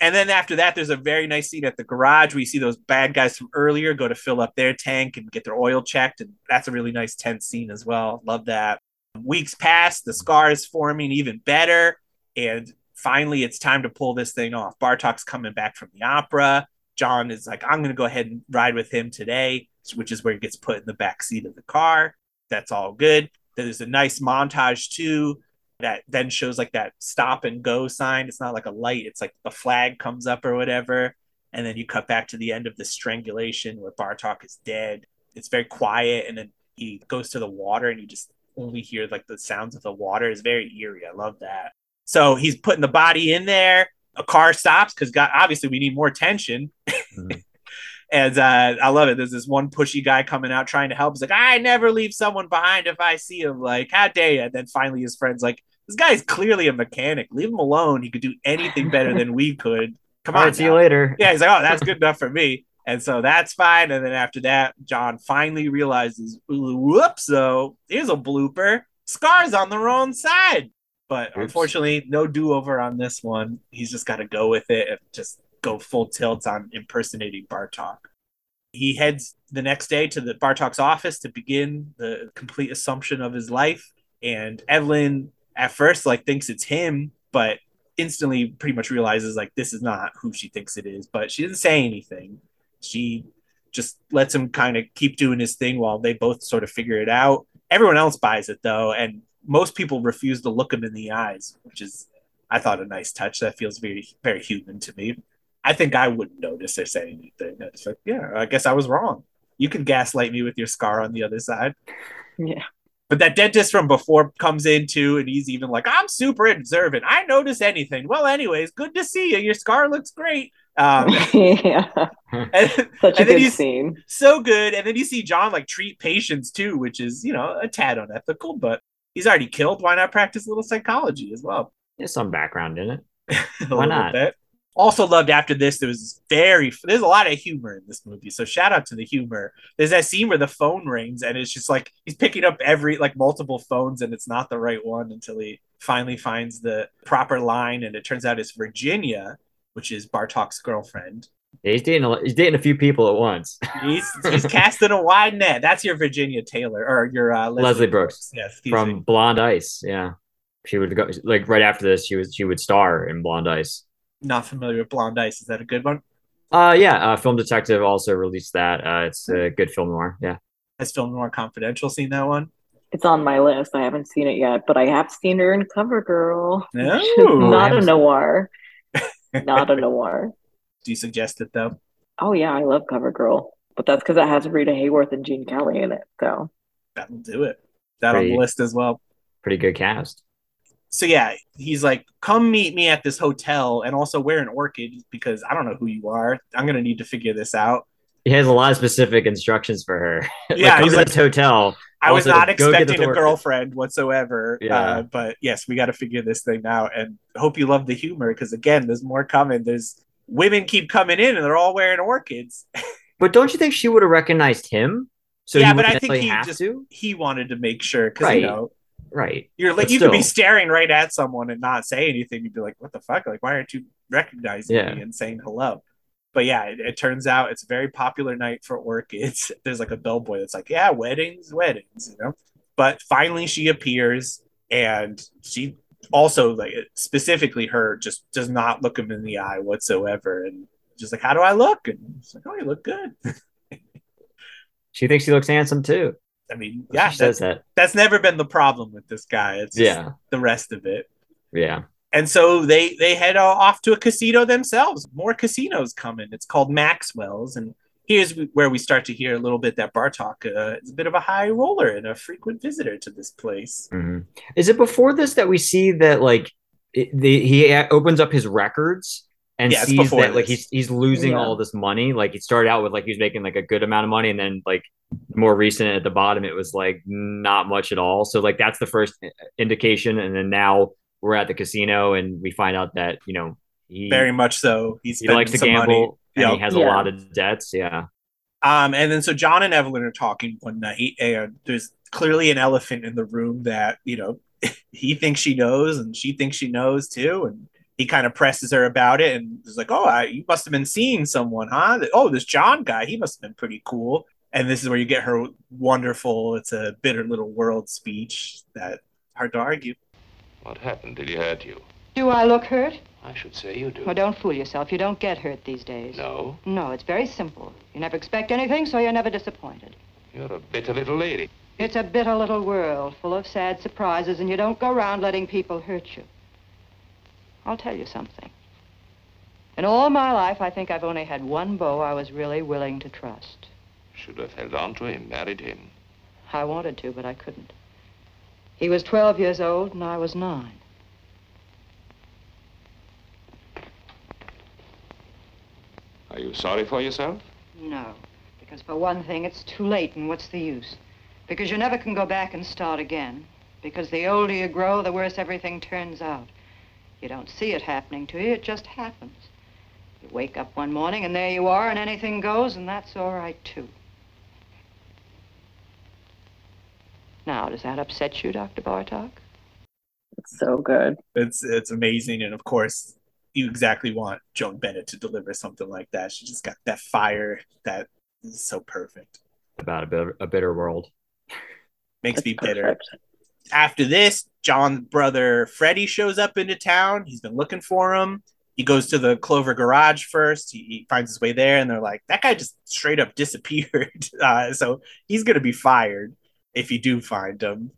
And then after that, there's a very nice scene at the garage where you see those bad guys from earlier go to fill up their tank and get their oil checked. And that's a really nice, tense scene as well. Love that. Weeks pass, the scar is forming even better. And finally, it's time to pull this thing off. Bartok's coming back from the opera. John is like, I'm going to go ahead and ride with him today, which is where he gets put in the back seat of the car. That's all good. There's a nice montage, too, that then shows like that stop and go sign. It's not like a light, it's like the flag comes up or whatever. And then you cut back to the end of the strangulation where Bartok is dead. It's very quiet. And then he goes to the water and you just only hear like the sounds of the water. It's very eerie. I love that. So he's putting the body in there. A car stops because God, obviously we need more tension.
Mhm.
And uh, I love it. There's this one pushy guy coming out trying to help. He's like, I never leave someone behind if I see him. Like, how dare you? And then finally his friend's like, this guy's clearly a mechanic. Leave him alone. He could do anything better than we could. Come
All
on.
right, see you
now."
later.
yeah, he's like, oh, that's good enough for me. And so that's fine. And then after that, John finally realizes, whoops, so here's a blooper. Scar's on the wrong side. But
Oops.
unfortunately, no do over on this one. He's just got to go with it and just go full tilt on impersonating Bartok. He heads the next day to the Bartok's office to begin the complete assumption of his life. And Evelyn at first like thinks it's him, but instantly pretty much realizes like this is not who she thinks it is, but she doesn't say anything. She just lets him kind of keep doing his thing while they both sort of figure it out. Everyone else buys it though, and most people refuse to look him in the eyes, which is I thought a nice touch. That feels very very human to me. I think I wouldn't notice or say anything. It's like, yeah, I guess I was wrong. You can gaslight me with your scar on the other side.
Yeah.
But that dentist from before comes in too, and he's even like, I'm super observant. I notice anything. Well, anyways, good to see you. Your scar looks great. Um,
yeah.
and-
Such a
And then
good
you s-
scene.
so good. And then you see John like treat patients too, which is, you know, a tad unethical, but he's already killed. Why not practice a little psychology as well?
There's some background in it.
a
Why
little
not?
bit. Also loved after this, there was very there's a lot of humor in this movie. So shout out to the humor. There's that scene where the phone rings and it's just like he's picking up every like multiple phones and it's not the right one until he finally finds the proper line and it turns out it's Virginia, which is Bartok's girlfriend.
Yeah, he's dating a, he's dating a few people at once.
He's he's casting a wide net. That's your Virginia Taylor or your uh, Leslie,
Leslie Brooks
Yeah, excuse
from
me.
Blonde Ice. Yeah, she would go like right after this. She was she would star in Blonde Ice.
Not familiar with Blonde Ice. Is that a good one?
Uh, yeah. Uh, Film Detective also released that. Uh, it's a good film noir. Yeah.
Has Film Noir Confidential seen that one?
It's on my list. I haven't seen it yet, but I have seen her in CoverGirl.
No.
She's not a
haven't-
noir. Not a noir.
Do you suggest it though?
Oh yeah, I love CoverGirl, but that's because it has Rita Hayworth and Gene Kelly in it. So
That'll do it. That on the
Great.
list as well.
Pretty good cast.
So yeah, he's like, "Come meet me at this hotel, and also wear an orchid because I don't know who you are. I'm gonna need to figure this out."
He has a lot of specific instructions for her.
Yeah,
like, come
he's
to
like-
this hotel.
I was
Also,
not
go get the
expecting a
orchid.
girlfriend whatsoever,
Yeah.
uh, but yes, we got to figure this thing out. And hope you love the humor because again, there's more coming. There's women keep coming in, and they're all wearing orchids.
But don't you think she would have recognized him? So
Yeah,
he
but
wouldn't
I think
necessarily
he
have
just-
to.
He wanted to make sure because
Right.
you know
Right.
you're like
But
you could be
still.
staring right at someone and not say anything. You'd be like, "What the fuck? Like, why aren't you recognizing
Yeah.
me and saying hello?" But yeah, it, it turns out it's a very popular night for orchids. There's like a bellboy that's like, "Yeah, weddings, weddings," you know. But finally, she appears, and she also like specifically her just does not look him in the eye whatsoever, and just like, "How do I look?" And she's like, "Oh, you look good."
She thinks he looks handsome too.
I mean, yeah,
she
that's,
says that.
that's never been the problem with this guy. It's just
Yeah.
the rest of it.
Yeah.
and so they they head all off to a casino themselves more casinos coming it's called maxwell's and here's where we start to hear a little bit that bartok uh, is a bit of a high roller and a frequent visitor to this place
hmm Is it before this that we see that like it, the, he a- opens up his records and
Yeah, it's
sees
before
that like
this.
he's he's losing
Yeah.
all this money. Like he started out with like he was making like a good amount of money, and then like more recent at the bottom it was like not much at all. So like that's the first i- indication, and then now we're at the casino and we find out that you know he
very much so he's
he likes to
some
gamble
money.
and
Yeah.
he has
Yeah.
a lot of debts. Yeah,
Um, and then so John and Evelyn are talking one night, and there's clearly an elephant in the room that you know he thinks she knows, and she thinks she knows too, and he kind of presses her about it and is like, "Oh, I, you must have been seeing someone, huh? Oh, this John guy, he must have been pretty cool." And this is where you get her wonderful "It's a bitter little world" speech that hard to argue.
What happened? Did he hurt you?
Do I look hurt?
I should say you do.
Well, don't fool yourself. You don't get hurt these days.
No,
No, it's very simple. You never expect anything, so you're never disappointed.
you're a bitter little lady.
It's a bitter little world full of sad surprises, and you don't go around letting people hurt you. I'll tell you something. In all my life, I think I've only had one beau I was really willing to trust.
Should have held on to him, married him.
I wanted to, but I couldn't. He was 12 years old, and I was nine.
Are you sorry for yourself?
No, because for one thing, it's too late, and what's the use? Because you never can go back and start again. Because the older you grow, the worse everything turns out. You don't see it happening to you, it just happens. You wake up one morning, and there you are, and anything goes, and that's all right, too. Now, does that upset you, Dr. Bartok?
It's so good.
It's it's amazing, and of course, you exactly want Joan Bennett to deliver something like that. She just got that fire that is so perfect.
about a bitter, a bitter world.
Makes
That's
me bitter.
perfect.
after this, John's brother Freddie shows up into town. He's been looking for him. He goes to the Clover Garage first. He, he finds his way there, and they're like, "That guy just straight up disappeared." Uh, so he's gonna be fired if you do find him.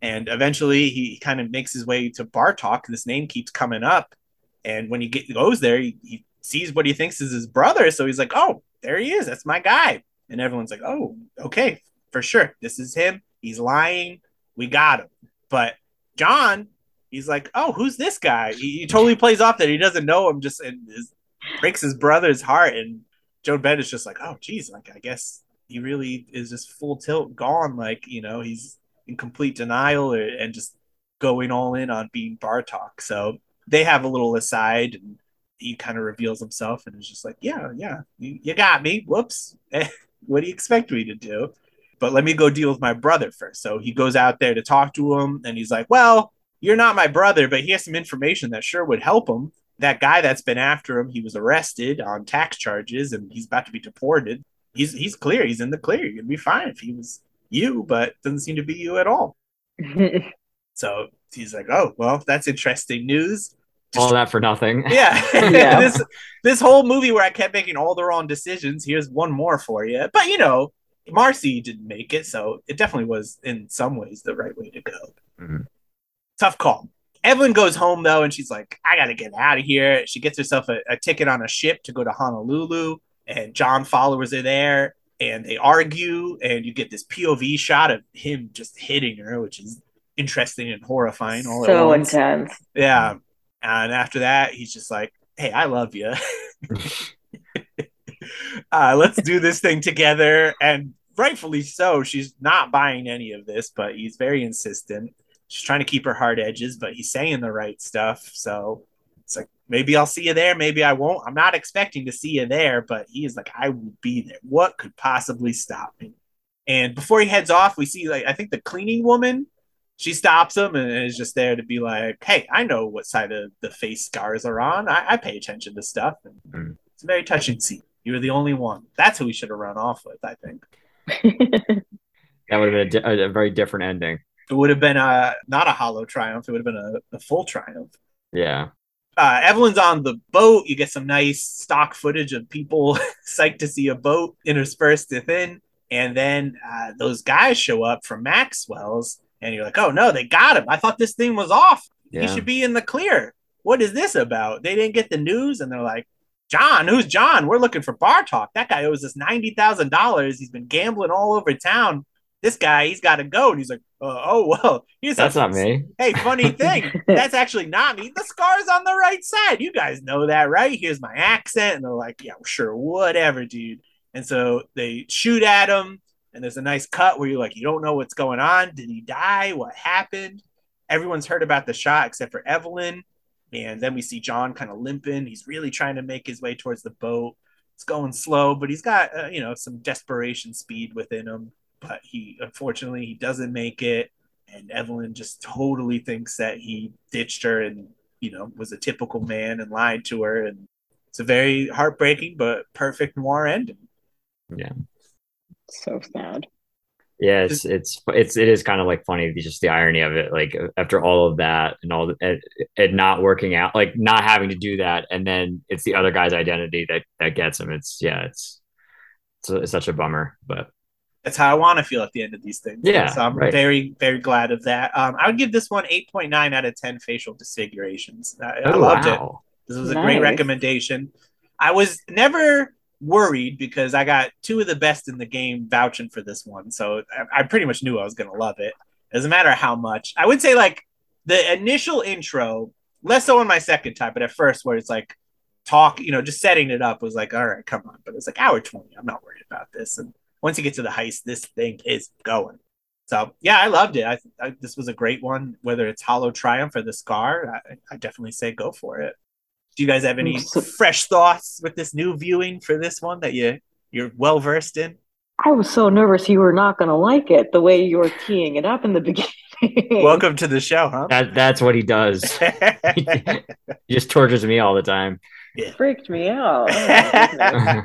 And eventually, he kind of makes his way to Bartok. This name keeps coming up, and when he get, goes there, he, he sees what he thinks is his brother. So he's like, "Oh, there he is. That's my guy." And everyone's like, "Oh, okay, for sure. This is him. He's lying. We got him." But John, he's like, "Oh, who's this guy?" He, he totally plays off that he doesn't know him. Just and is, breaks his brother's heart. And Joan Bennett's just like, "Oh, geez, like I guess he really is just full tilt gone. Like you know, he's in complete denial or, and just going all in on being Bartok." So they have a little aside and. He kind of reveals himself and is just like, "Yeah, yeah, you, you got me. Whoops, what do you expect me to do?" but let me go deal with my brother first. So he goes out there to talk to him, and he's like, Well, you're not my brother, but he has some information that sure would help him. That guy that's been after him, he was arrested on tax charges and he's about to be deported. He's he's clear, he's in the clear. You'd be fine if he was you, but doesn't seem to be you at all. So he's like, Oh, well, that's interesting news.
All that for nothing.
Yeah.
Yeah.
this this whole movie where I kept making all the wrong decisions. Here's one more for you. But you know, Marcy didn't make it, so it definitely was in some ways the right way to go.
Mm-hmm.
Mhm.
Tough call. Evelyn goes home though, and she's like, "I gotta get out of here." She gets herself a, a ticket on a ship to go to Honolulu, and John followers are there, and they argue, and you get this POV shot of him just hitting her, which is interesting and horrifying all at
so
once.
intense.
Yeah. And after that, he's just like, hey, I love you. uh, let's do this thing together. And rightfully so, she's not buying any of this, but he's very insistent. She's trying to keep her hard edges, but he's saying the right stuff. So it's like, maybe I'll see you there. Maybe I won't. I'm not expecting to see you there, but he is like, I will be there. What could possibly stop me? And before he heads off, we see, like, I think the cleaning woman she stops him and is just there to be like, "Hey, I know what side of the face scars are on. I, I pay attention to stuff." And
Mm.
It's a very touching scene. You were the only one. That's who we should have run off with. I think
That would have been a, di- a, a very different ending.
it would have been a not a hollow triumph. It would have been a, a full triumph.
Yeah.
uh, Evelyn's on the boat. You get some nice stock footage of people psyched to see a boat interspersed within. And then uh, those guys show up from Maxwell's, and you're like, oh no, they got him. I thought this thing was off. He
Yeah.
should be in the clear. What is this about? They didn't get the news, and they're like, John, who's John? We're looking for Bartok. That guy owes us $90,000. He's been gambling all over town. This guy, he's got to go. And he's like, uh, oh, well, here's
That's
a-
not me.
hey, funny thing, that's actually not me. The scar's on the right side. You guys know that, right? Here's my accent. And they're like, yeah, sure, whatever, dude. And so they shoot at him, and there's a nice cut where you're like, you don't know what's going on. Did he die? What happened? Everyone's heard about the shot except for Evelyn. And then we see John kind of limping. He's really trying to make his way towards the boat. It's going slow, but he's got uh, you know some desperation speed within him. But he unfortunately he doesn't make it and Evelyn just totally thinks that he ditched her and you know, was a typical man and lied to her. And it's a very heartbreaking but perfect noir ending.
So sad.
Yeah, it's it's it's it is kind of like funny just the irony of it. Like after all of that and all the, it, it not working out, like not having to do that, and then it's the other guy's identity that that gets him. It's yeah, it's it's, it's such a bummer, but
That's how I want to feel at the end of these things.
Yeah,
So I'm
right.
very, very glad of that. Um, I would give this one 8.9 out of 10 facial disfigurations. I, I
Oh,
loved it.
wow.
This was a great
Nice.
recommendation. I was never worried because I got two of the best in the game vouching for this one. So I, I pretty much knew I was going to love it. Doesn't matter how much. I would say, like, the initial intro, less so on my second time, but at first, where it's like talk, you know, just setting it up was like, all right, come on. But it's like hour 20. I'm not worried about this. And once you get to the heist, this thing is going. So yeah, I loved it. I, I this was a great one. Whether it's Hollow Triumph or the Scar, I, I definitely say go for it. Do you guys have any
I'm so-
fresh thoughts with this new viewing for this one that you you're well versed in?
I was so nervous you were not going to like it the way you were teeing it up in the beginning.
Welcome to the show,
that that's what he does. he
huh?
just tortures me all the time.
Freaked me out. Oh, my goodness.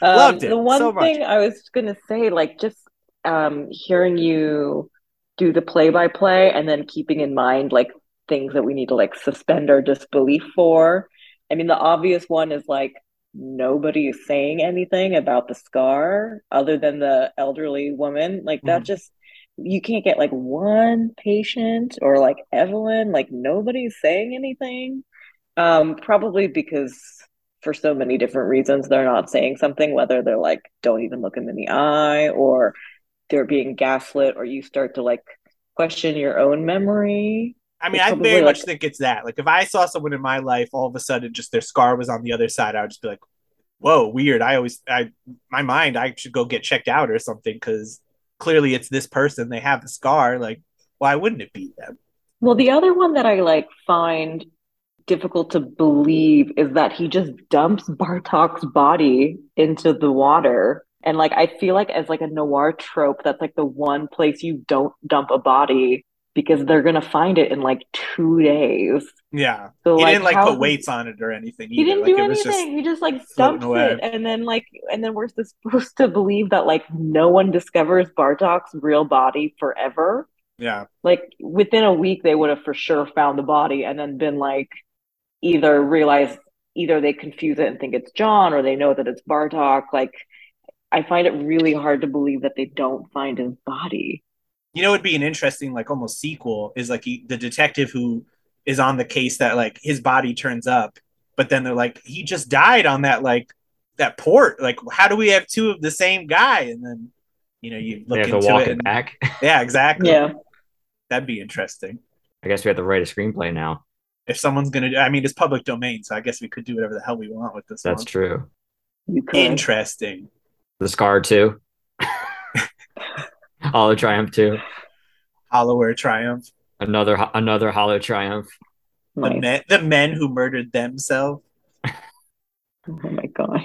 Um,
Loved it
The one
so much.
thing I was gonna say, like just um, hearing you do the play by play and then keeping in mind like things that we need to like suspend our disbelief for. I mean, the obvious one is like nobody is saying anything about the scar other than the elderly woman. Like that
Mhm.
just you can't get like one patient or like Evelyn, like nobody's saying anything. Um, probably because for so many different reasons they're not saying something whether they're like don't even look him in the eye or they're being gaslit or you start to like question your own memory
I mean,
It's
I
probably
very
like-
much think it's that. Like, if I saw someone in my life, all of a sudden, just their scar was on the other side, I would just be like, "Whoa, weird." I always, I, my mind, I should go get checked out or something because clearly it's this person. They have the scar. Like, why wouldn't it be them?
well the other one that i like find difficult to believe is that he just dumps bartok's body into the water and like i feel like as like a noir trope that's like the one place you don't dump a body because they're gonna find it in like two days
Yeah,
so
he
like
didn't like
how-
put weights on it or anything.
He
either.
didn't
like,
do
it was
anything.
just
he just like
floating
dumps
away.
it, and then like, and then we're supposed to believe that like no one discovers Bartok's real body forever.
yeah,
Like within a week, they would have for sure found the body, and then been like, either realize either they confuse it and think it's John, or they know that it's Bartok. Like, I find it really hard to believe that they don't find his body.
you know, it'd be an interesting, like, almost sequel is like he, the detective who is on the case that like his body turns up, but then they're like, he just died on that like that port. Like, how do we have two of the same guy? And then you know, you
they
look
have to
into
walk
it.
it
and-
back.
yeah, exactly.
Yeah,
That'd be interesting.
I guess we have to write a screenplay now.
If someone's gonna, do, I mean, it's public domain, so I guess we could do whatever the hell we want with this
That's
one.
true.
you could.
Interesting.
The scar too. Hollow triumph too.
Hollower triumph.
Another ho- another hollow triumph.
The
Nice.
men, the men who murdered themselves.
Oh my god.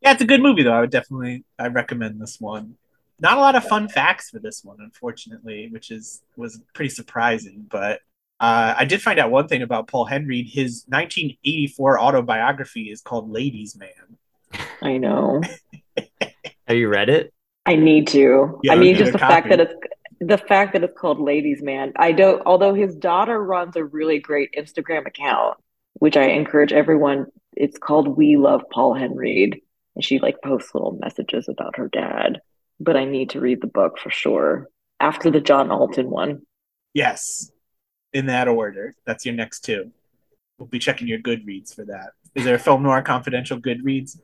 Yeah, it's a good movie though. I would definitely I recommend this one. Not a lot of fun facts for this one, unfortunately, which is was pretty surprising. But uh, I did find out one thing about Paul Henry. His 1984 autobiography is called Ladies Man.
I know.
Have you read it?
I need to.
Yeah,
I mean,
okay.
just the
Copy.
fact that it's the fact that it's called Ladies Man. I don't, although his daughter runs a really great Instagram account, which I encourage everyone. It's called We Love Paul Henreid, and she like posts little messages about her dad. But I need to read the book for sure after the John Alton one.
Yes, in that order. That's your next two. We'll be checking your Goodreads for that. Is there a film noir confidential Goodreads?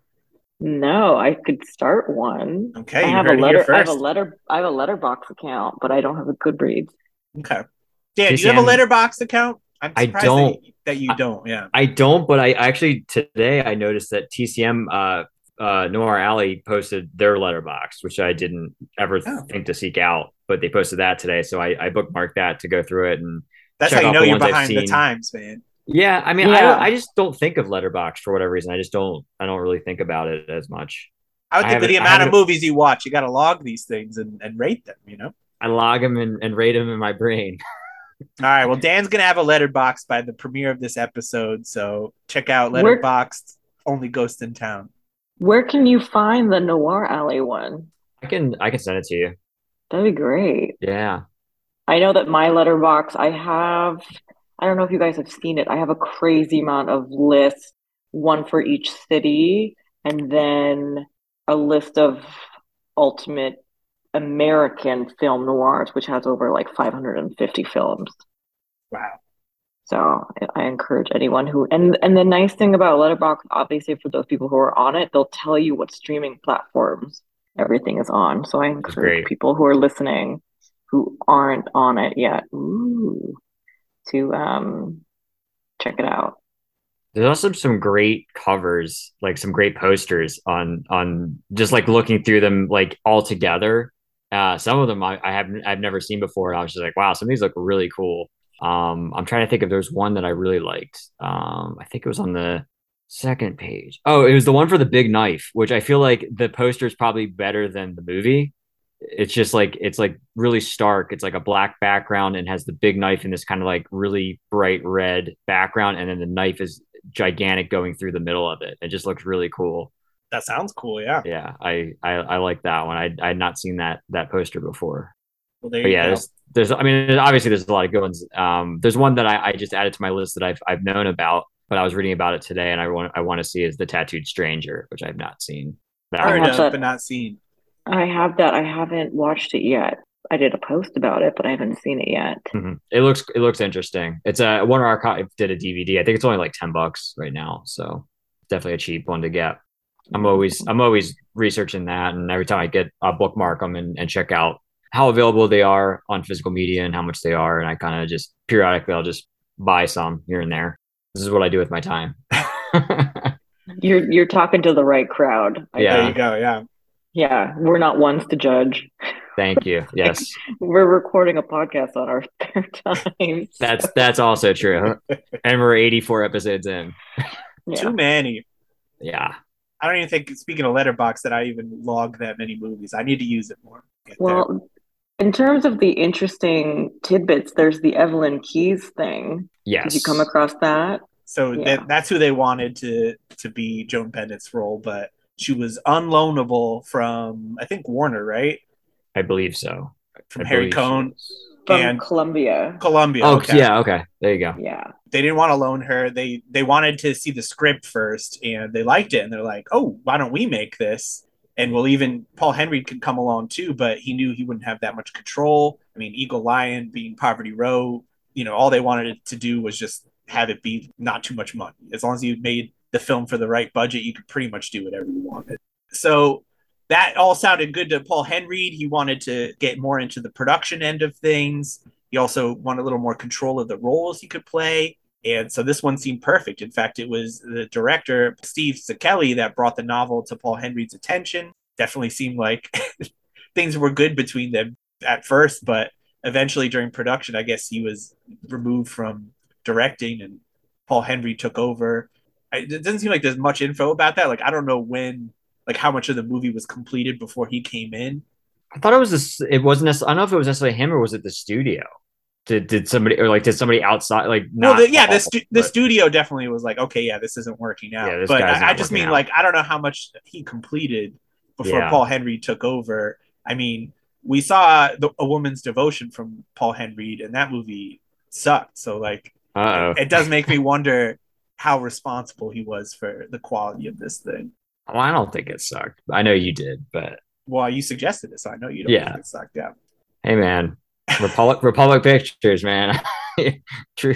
No, I could start one.
Okay,
I
you
have
heard
a
it here
letter. I have a
first.
letter. I have a letterbox account, but I don't have a Goodreads.
Okay, Dan, do
Casey,
you have a
I'm-
letterbox account? I'm
I
surprised
don't.
That, you, that you
I-
don't. Yeah.
I don't, but I actually today I noticed that TCM uh uh Noir Alley posted their letterbox, which I didn't ever
Oh.
think to seek out, but they posted that today. So I, I bookmarked that to go through it and
That's how
Check
you
out
know
the
you're
ones I've
behind the
seen.
times, man.
yeah, I mean I
Yeah.
don't I just don't think of letterbox for whatever reason. I just don't I don't really think about it as much.
I would
I
think with the
haven't- I
amount of
haven't-
movies you watch, you got to log these things and, and rate them, you know?
I log them and, and rate them in my brain.
All right. Well, Dan's gonna have a letterbox by the premiere of this episode, so check out
Where-
Letterboxd. Only Ghost in Town.
Where can you find the Noir Alley one?
I can I can send it to you.
That'd be great.
Yeah.
I know that my letterbox, I have, I don't know if you guys have seen it. I have a crazy amount of lists, one for each city, and then a list of ultimate American film noirs, which has over like 550 films.
Wow.
So I- I encourage anyone who, and and the nice thing about Letterboxd, obviously for those people who are on it, they'll tell you what streaming platforms everything is on. So I encourage
great.
people who are listening who aren't on it yet, ooh, to um check it out.
There's also some great covers, like some great posters on on just like looking through them like all together. Uh, some of them I, I haven't I've never seen before. And I was just like, wow, some of these look really cool. Um, I'm trying to think if there's one that I really liked. Um, I think it was on the second page. Oh, it was the one for the big knife, which I feel like the poster is probably better than the movie. It's just like it's like really stark. It's like a black background and has the big knife in this kind of like really bright red background, and then the knife is gigantic going through the middle of it. It just looks really cool.
That sounds cool. Yeah.
Yeah, I I, I like that one. I I had not seen that that poster before.
Well, there
But
you
yeah,
go.
there's, there's I mean obviously there's a lot of good ones. Um, there's one that I, I just added to my list that I've I've known about, but I was reading about it today, and I want I want to see is the Tattooed Stranger, which I've not seen. That
Heard
one-
have
of,
that.
but not seen.
I have that. I haven't watched it yet. I did a post about it, but I haven't seen it yet.
Mhm. It looks it looks interesting. It's a Warner Archive did a DVD. I think it's only like ten bucks right now, so definitely a cheap one to get. I'm always I'm always researching that, and every time I get I bookmark them and, and check out how available they are on physical media and how much they are, and I kind of just periodically I'll just buy some here and there. This is what I do with my time.
You're you're talking to the right crowd. I
Yeah.
There
think.
you go. Yeah.
Yeah, we're not ones to judge.
Thank you. Yes,
We're recording a podcast on our spare time.
that's that's also true. And we're 84 episodes in.
yeah.
Too many.
Yeah,
I don't even think, speaking of Letterbox, that I even log that many movies. I need to use it more. Get there.
Well, in terms of the interesting tidbits, there's the Evelyn Keys thing.
yes.
Did you come across that?
so
yeah.
that, that's who they wanted to to be Joan Bennett's role, but she was unloanable from I think Warner, right?
I believe so.
From
I
Harry
believe
Cohn,
so.
From
And-
Columbia.
Columbia.
Oh
okay.
yeah, okay. There you go.
Yeah.
They didn't want to loan her. They they wanted to see the script first, and they liked it, and they're like, oh, why don't we make this? And we'll even Paul Henry could come along too, but he knew he wouldn't have that much control. I mean, Eagle Lion being Poverty Row, you know, all they wanted to do was just have it be not too much money. As long as you made the film for the right budget, you could pretty much do whatever you wanted. So that all sounded good to Paul Henry. He wanted to get more into the production end of things. He also wanted a little more control of the roles he could play. And so this one seemed perfect. In fact, it was the director, Steve Sekeli, that brought the novel to Paul Henry's attention. Definitely seemed like things were good between them at first, but eventually during production, I guess he was removed from directing and Paul Henry took over. I, it doesn't seem like there's much info about that. Like, I don't know when, like, how much of the movie was completed before he came in.
I thought it was this. It wasn't. necess- I don't know if it was necessarily him or was it the studio. Did did somebody or like did somebody outside like?
Well,
Not
the, yeah, the,
Paul,
stu- the
but-
studio definitely was like, okay, yeah, this isn't working out.
Yeah, this
but
guy's
I, I
not
just
working
mean,
out.
like, I don't know how much he completed before
Yeah.
Paul Henry took over. I mean, we saw the, A Woman's Devotion from Paul Henry, and that movie sucked. So, like,
Uh-oh.
it does make me wonder how responsible he was for the quality of this thing.
Well, I don't think it sucked. I know you did, but
Well, you suggested it, so I know you don't
Yeah.
think it sucked. Yeah.
hey, man, Republic Republic Pictures, man, true,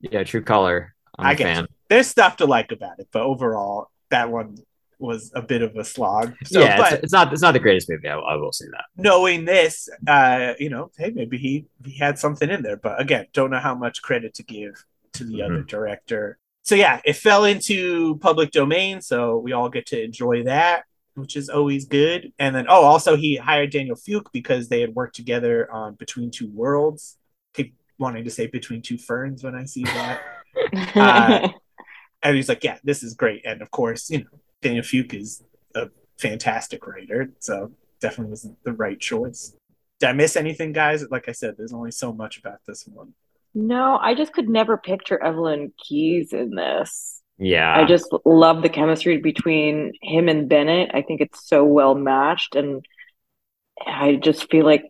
yeah, true color. I'm
I
a
get
fan.
there's stuff to like about it, but overall, that one was a bit of a slog. So,
yeah,
but
it's, it's not it's not the greatest movie. I, I will say that.
knowing this, uh, you know, hey, maybe he he had something in there, but again, don't know how much credit to give to the other director. So yeah, it fell into public domain, so we all get to enjoy that, which is always good. And then oh, also he hired Daniel Fuke because they had worked together on Between Two Worlds. Keep wanting to say Between Two Ferns when I see that. Uh, And he's like, yeah, this is great. And of course, you know, Daniel Fuke is a fantastic writer. So definitely was the right choice. Did I miss anything, guys? Like I said, there's only so much about this one.
No, I just could never picture Evelyn Keys in this.
Yeah.
I just love the chemistry between him and Bennett. I think it's so well matched, and I just feel like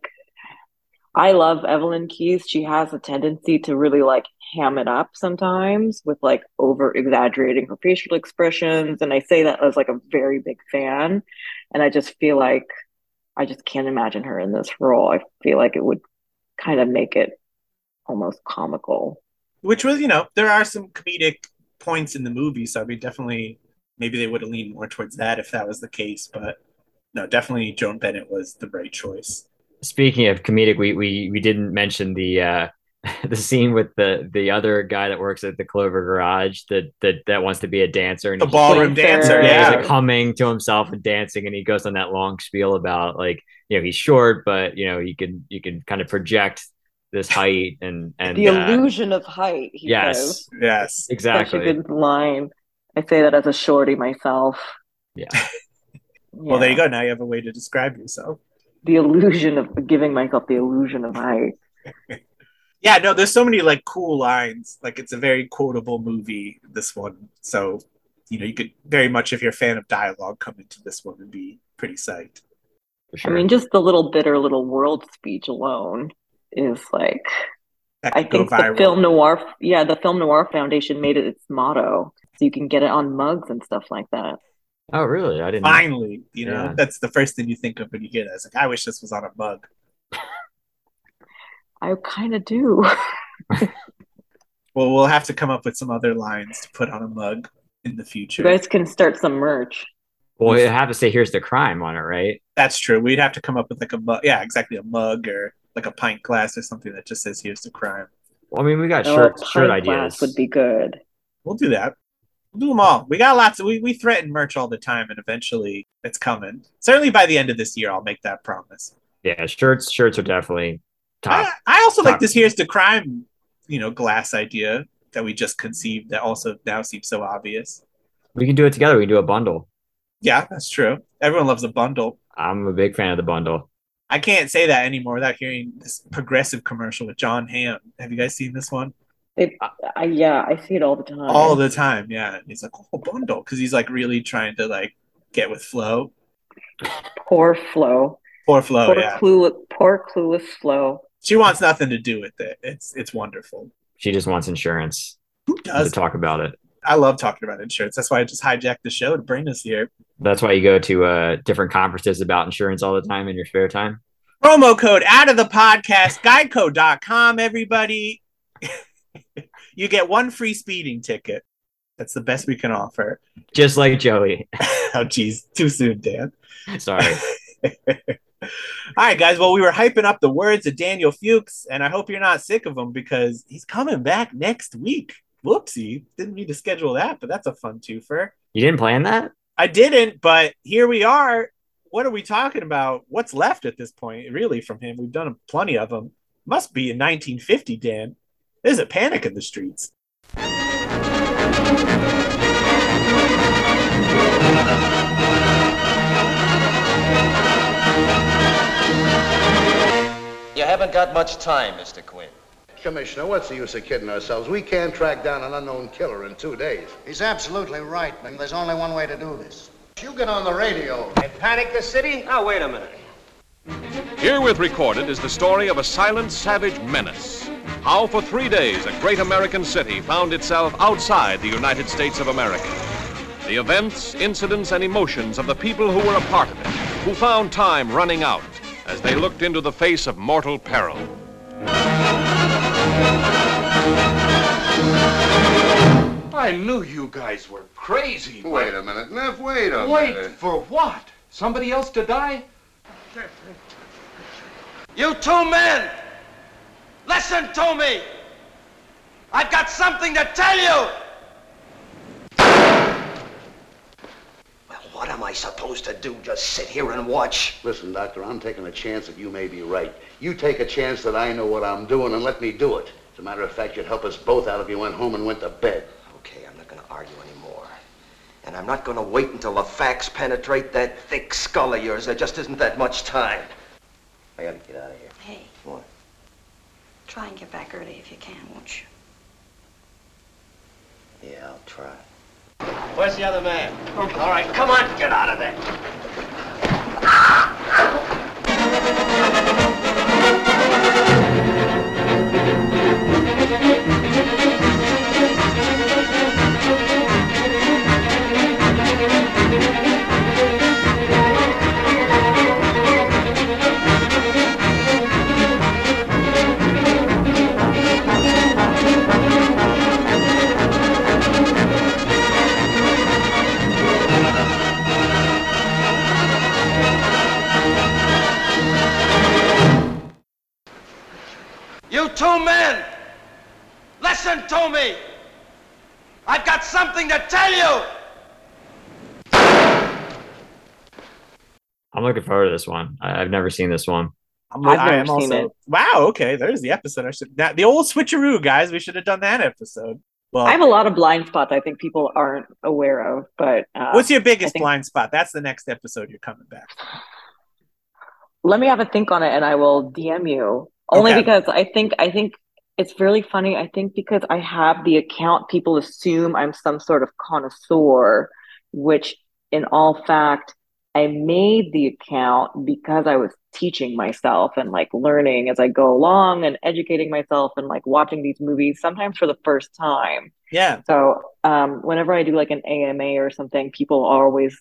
I love Evelyn Keys. She has a tendency to really like ham it up sometimes with like over exaggerating her facial expressions. And I say that as like a very big fan. And I just feel like I just can't imagine her in this role. I feel like it would kind of make it almost comical.
Which was, you know, there are some comedic points in the movie, so I mean, definitely, maybe they would have leaned more towards that if that was the case. But no, definitely, Joan Bennett was the right choice.
Speaking of comedic, we we we didn't mention the uh the scene with the the other guy that works at the Clover Garage that that that wants to be a dancer and
The
he-
ballroom
Playfair.
dancer,
Yeah,
yeah.
he's like humming to himself and dancing, and he goes on that long spiel about like you know he's short, but you know he can you can kind of project this height and and
the
uh,
illusion of height. He says.
yes,
Yes.
exactly.
Such a good line. I say that as a shorty myself.
Yeah.
Well, there you go. Now you have a way to describe yourself.
The illusion of giving myself the illusion of height.
Yeah, no, there's so many like cool lines. Like it's a very quotable movie, this one. So, you know, you could very much, if you're a fan of dialogue, come into this one and be pretty psyched.
for
I
sure.
mean, just the little bitter little world speech alone is like
That
I
could go
think the
viral.
film noir, yeah, the film noir foundation made it its motto, so you can get it on mugs and stuff like that.
oh really? I didn't.
Finally, you know,
Yeah.
that's the first thing you think of when you get it. It's like, I wish this was on a mug.
I kind of do.
Well, we'll have to come up with some other lines to put on a mug in the future.
You guys can start some merch.
Well, you have to say here's the crime on it, right?
That's true. We'd have to come up with like a mug. Yeah, exactly. A mug or like a pint glass or something that just says, here's the crime.
Well, I mean, we got
Oh,
shirt
a
shirt
pint glass
ideas.
would be good.
We'll do that. We'll do them all. We got lots. Of, we, we threaten merch all the time, and eventually it's coming. Certainly by the end of this year, I'll make that promise.
Yeah, shirts shirts are definitely top.
I, I also like
Top.
this here's the crime, you know, glass idea that we just conceived that also now seems so obvious.
we can do it together. We can do a bundle.
Yeah, that's true. Everyone loves a bundle.
I'm a big fan of the bundle.
I can't say that anymore without hearing this progressive commercial with John Hamm. Have you guys seen this one?
I, Oh, yeah, I see it all the time.
All the time, yeah. And he's like, oh, bundle, because he's like really trying to like get with Flo.
poor flow,
Poor Flo,
poor
Oh, yeah.
clue, poor clueless flow.
She wants nothing to do with it. It's it's wonderful.
She just wants insurance
Who
to
does?
talk about it.
I love talking about insurance. That's why I just hijacked the show to bring us here.
That's why you go to uh, different conferences about insurance all the time in your spare time.
Promo code out of the podcast, geico.com, everybody. you get one free speeding ticket. That's the best we can offer.
Just like Joey.
Oh, geez. Too soon, Dan.
Sorry.
All right, guys. Well, we were hyping up the words of Daniel Fuchs, and I hope you're not sick of him because he's coming back next week. Whoopsie. Didn't mean to schedule that, but that's a fun twofer.
You didn't plan that?
I didn't, but here we are. What are we talking about? What's left at this point, really, from him? We've done plenty of them. Must be in 1950, Dan. There's a panic in the streets.
You haven't got much time, Mr. Quinn.
Commissioner, what's the use of kidding ourselves? We can't track down an unknown killer in two days.
He's absolutely right, man. There's only one way to do this.
You get on the radio.
And panic the city? Now, wait a minute.
Herewith recorded is the story of a silent, savage menace. How for three days a great American city found itself outside the United States of America. The events, incidents, and emotions of the people who were a part of it, who found time running out as they looked into the face of mortal peril.
I knew you guys were crazy.
Wait a minute, Neff, wait a minute.
for what? Somebody else to die?
You two men! Listen to me! I've got something to tell you! Well, what am I supposed to do? Just sit here and watch?
Listen, Doctor, I'm taking a chance that you may be right. You take a chance that I know what I'm doing and let me do it. As a matter of fact, you'd help us both out if you went home and went to bed.
Okay, I'm not going to argue anymore. And I'm not going to wait until the facts penetrate that thick skull of yours. There just isn't that much time. I got to get out of here. Hey. What?
Try and get back early if you can, won't you?
Yeah, I'll try.
Where's the other man?
All right, come on, get out of there. You two men, listen to me. I've got something to tell you.
I'm looking forward to this one. I, I've never seen this one.
I'm, I am also wow. Okay, there's the episode. I should that the old switcheroo, guys. We should have done that episode. Well,
I have a lot of blind spots I think people aren't aware of, but uh,
what's your biggest
I think-
blind spot? That's the next episode. You're coming back.
Let me have a think on it, and I will DM you. Only
Okay.
because I think I think it's really funny. I think because I have the account, people assume I'm some sort of connoisseur, which in all fact, I made the account because I was teaching myself and like learning as I go along and educating myself and like watching these movies sometimes for the first time.
Yeah.
So um, whenever I do like an AMA or something, people always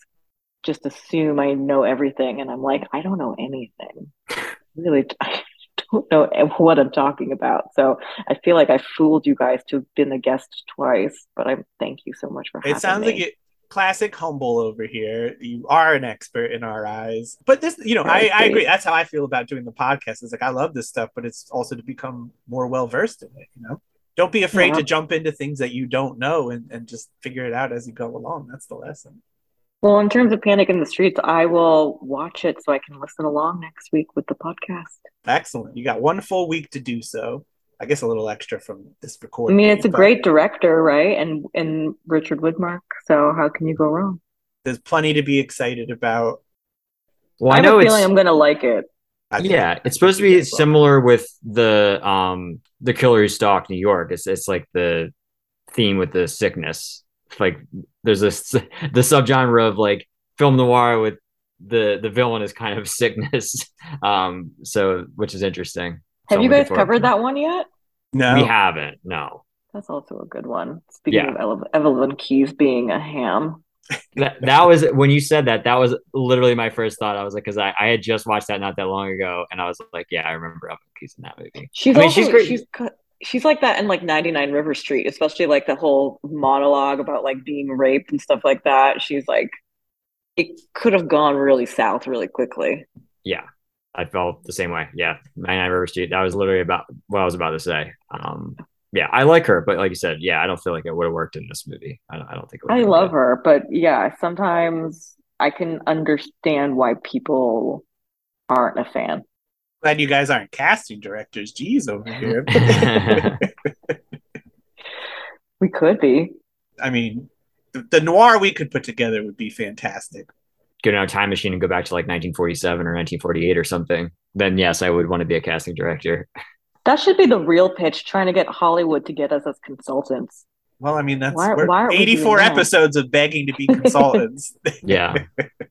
just assume I know everything, and I'm like, I don't know anything. Really, I don't know what I'm talking about. So I feel like I fooled you guys to have been a guest twice, but I thank you so much for having
It sounds
me.
like you classic humble over here. You are an expert in our eyes. But this, you know, I, I agree. That's how I feel about doing the podcast. It's like I love this stuff, but it's also to become more well versed in it, you know. Don't be afraid
Yeah.
to jump into things that you don't know and, and just figure it out as you go along. That's the lesson.
Well, in terms of Panic in the Streets, I will watch it so I can listen along next week with the podcast.
Excellent. You got one full week to do so. I guess a little extra from this
I
recording.
mean, it's a
but
great director, right? And and Richard Widmark. So how can you go wrong?
There's plenty to be excited about.
Well,
I
I
have
know
a
it's
feeling I'm going to like it.
yeah, it's supposed to be similar with the um the killer who stalked New York. It's it's like the theme with the sickness. It's like there's this the subgenre of like film noir with the the villain is kind of sickness. Um, so which is interesting.
Have you guys covered that one yet?
No,
we haven't. No,
That's also a good one. Speaking
Yeah.
of Ele- Evelyn Keys being a ham.
that, that was when you said that. That was literally my first thought. I was like, because I, I had just watched that not that long ago, and I was like, yeah, I remember Evan Keys in that movie.
She's
I mean,
also,
she's great.
She's, cu- she's like that in like 99 River Street, especially like the whole monologue about like being raped and stuff like that. She's like, it could have gone really south really quickly.
yeah, I felt the same way. Yeah, 99 River Street. That was literally about what I was about to say. Um, yeah, I like her, but like you said, yeah, I don't feel like it would have worked in this movie. I don't, I don't think. It
I
would've.
love her, but yeah, sometimes I can understand why people aren't a fan.
Glad you guys aren't casting directors. Jeez, over here.
we could be.
I mean, the, the noir we could put together would be fantastic.
Get in a time machine and go back to like 1947 or 1948 or something. Then yes, I would want to be a casting director.
That should be the real pitch, trying to get Hollywood to get us as consultants.
Well, I mean, that's
Why-
we're
why aren't we doing
84
that?
episodes of begging to be consultants.
Yeah,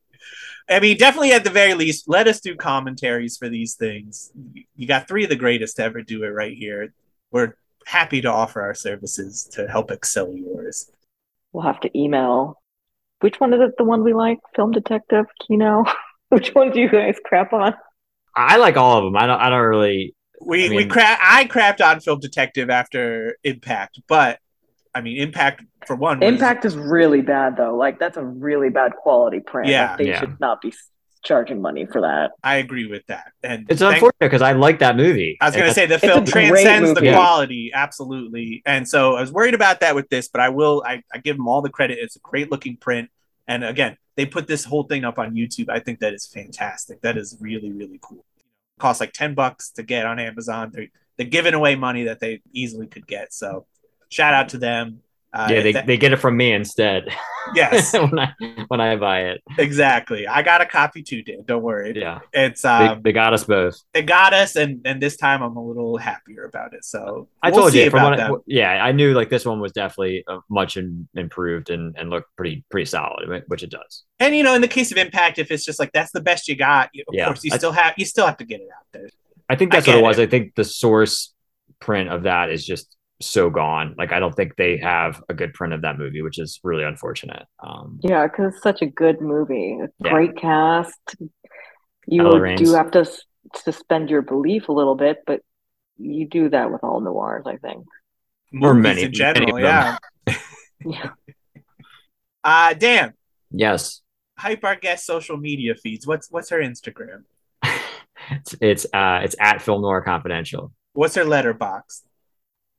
I mean, definitely at the very least, let us do commentaries for these things. You got three of the greatest to ever do it right here. We're happy to offer our services to help excel yours.
We'll have to email. Which one is it? The one we like? Film Detective, Kino? Which one do you guys crap on?
I like all of them. I don't. I don't really.
We
I
we
mean-
cra- I crapped on Film Detective after Impact, but I mean, Impact for one, was-
Impact is really bad, though. Like, that's a really bad quality print. Like,
Yeah.
they
Yeah.
should not be s- charging money for that.
I agree with that. And
It's
thank-
unfortunate because I like that movie.
I was going to
And
say the
that's-
film transcends the
movie.
quality, absolutely. And so I was worried about that with this, but I will, I, I give them all the credit. It's a great looking print. And again, they put this whole thing up on YouTube. I think that is fantastic. That is really, really cool. Costs like 10 bucks to get on Amazon. They're, they're giving away money that they easily could get. So shout out to them. Uh,
yeah,
if
they,
that-
they get it from me instead.
Yes.
when I when I buy it.
exactly. I got a copy too, Dan. Don't worry.
Yeah.
It's
They,
um,
they got us both.
they got us, and and this time I'm a little happier about it. So
I
we'll
told
see
you from
about
what I-
that.
wh- yeah, I knew like this one was definitely uh, much in, improved and, and looked pretty pretty solid, which it does.
and you know, in the case of Impact, if it's just like that's the best you got, you- of
Yeah.
course you
I-
still have you still have to get it out there.
I think
I
that's what it
get
was. I think the source print of that is just so gone. Like I don't think they have a good print of that movie, which is really unfortunate. Um,
Yeah, because it's such a good movie. A
Yeah.
Great cast. You
Ella
do
Raines.
have to s- suspend your belief a little bit, but you do that with all noirs, I think.
Or
Movies
many-
in general,
many of
yeah.
them.
Uh Dan,
yes,
hype our guest social media feeds. What's what's her Instagram?
it's it's, uh, it's at Film Noir Confidential.
What's her letterbox?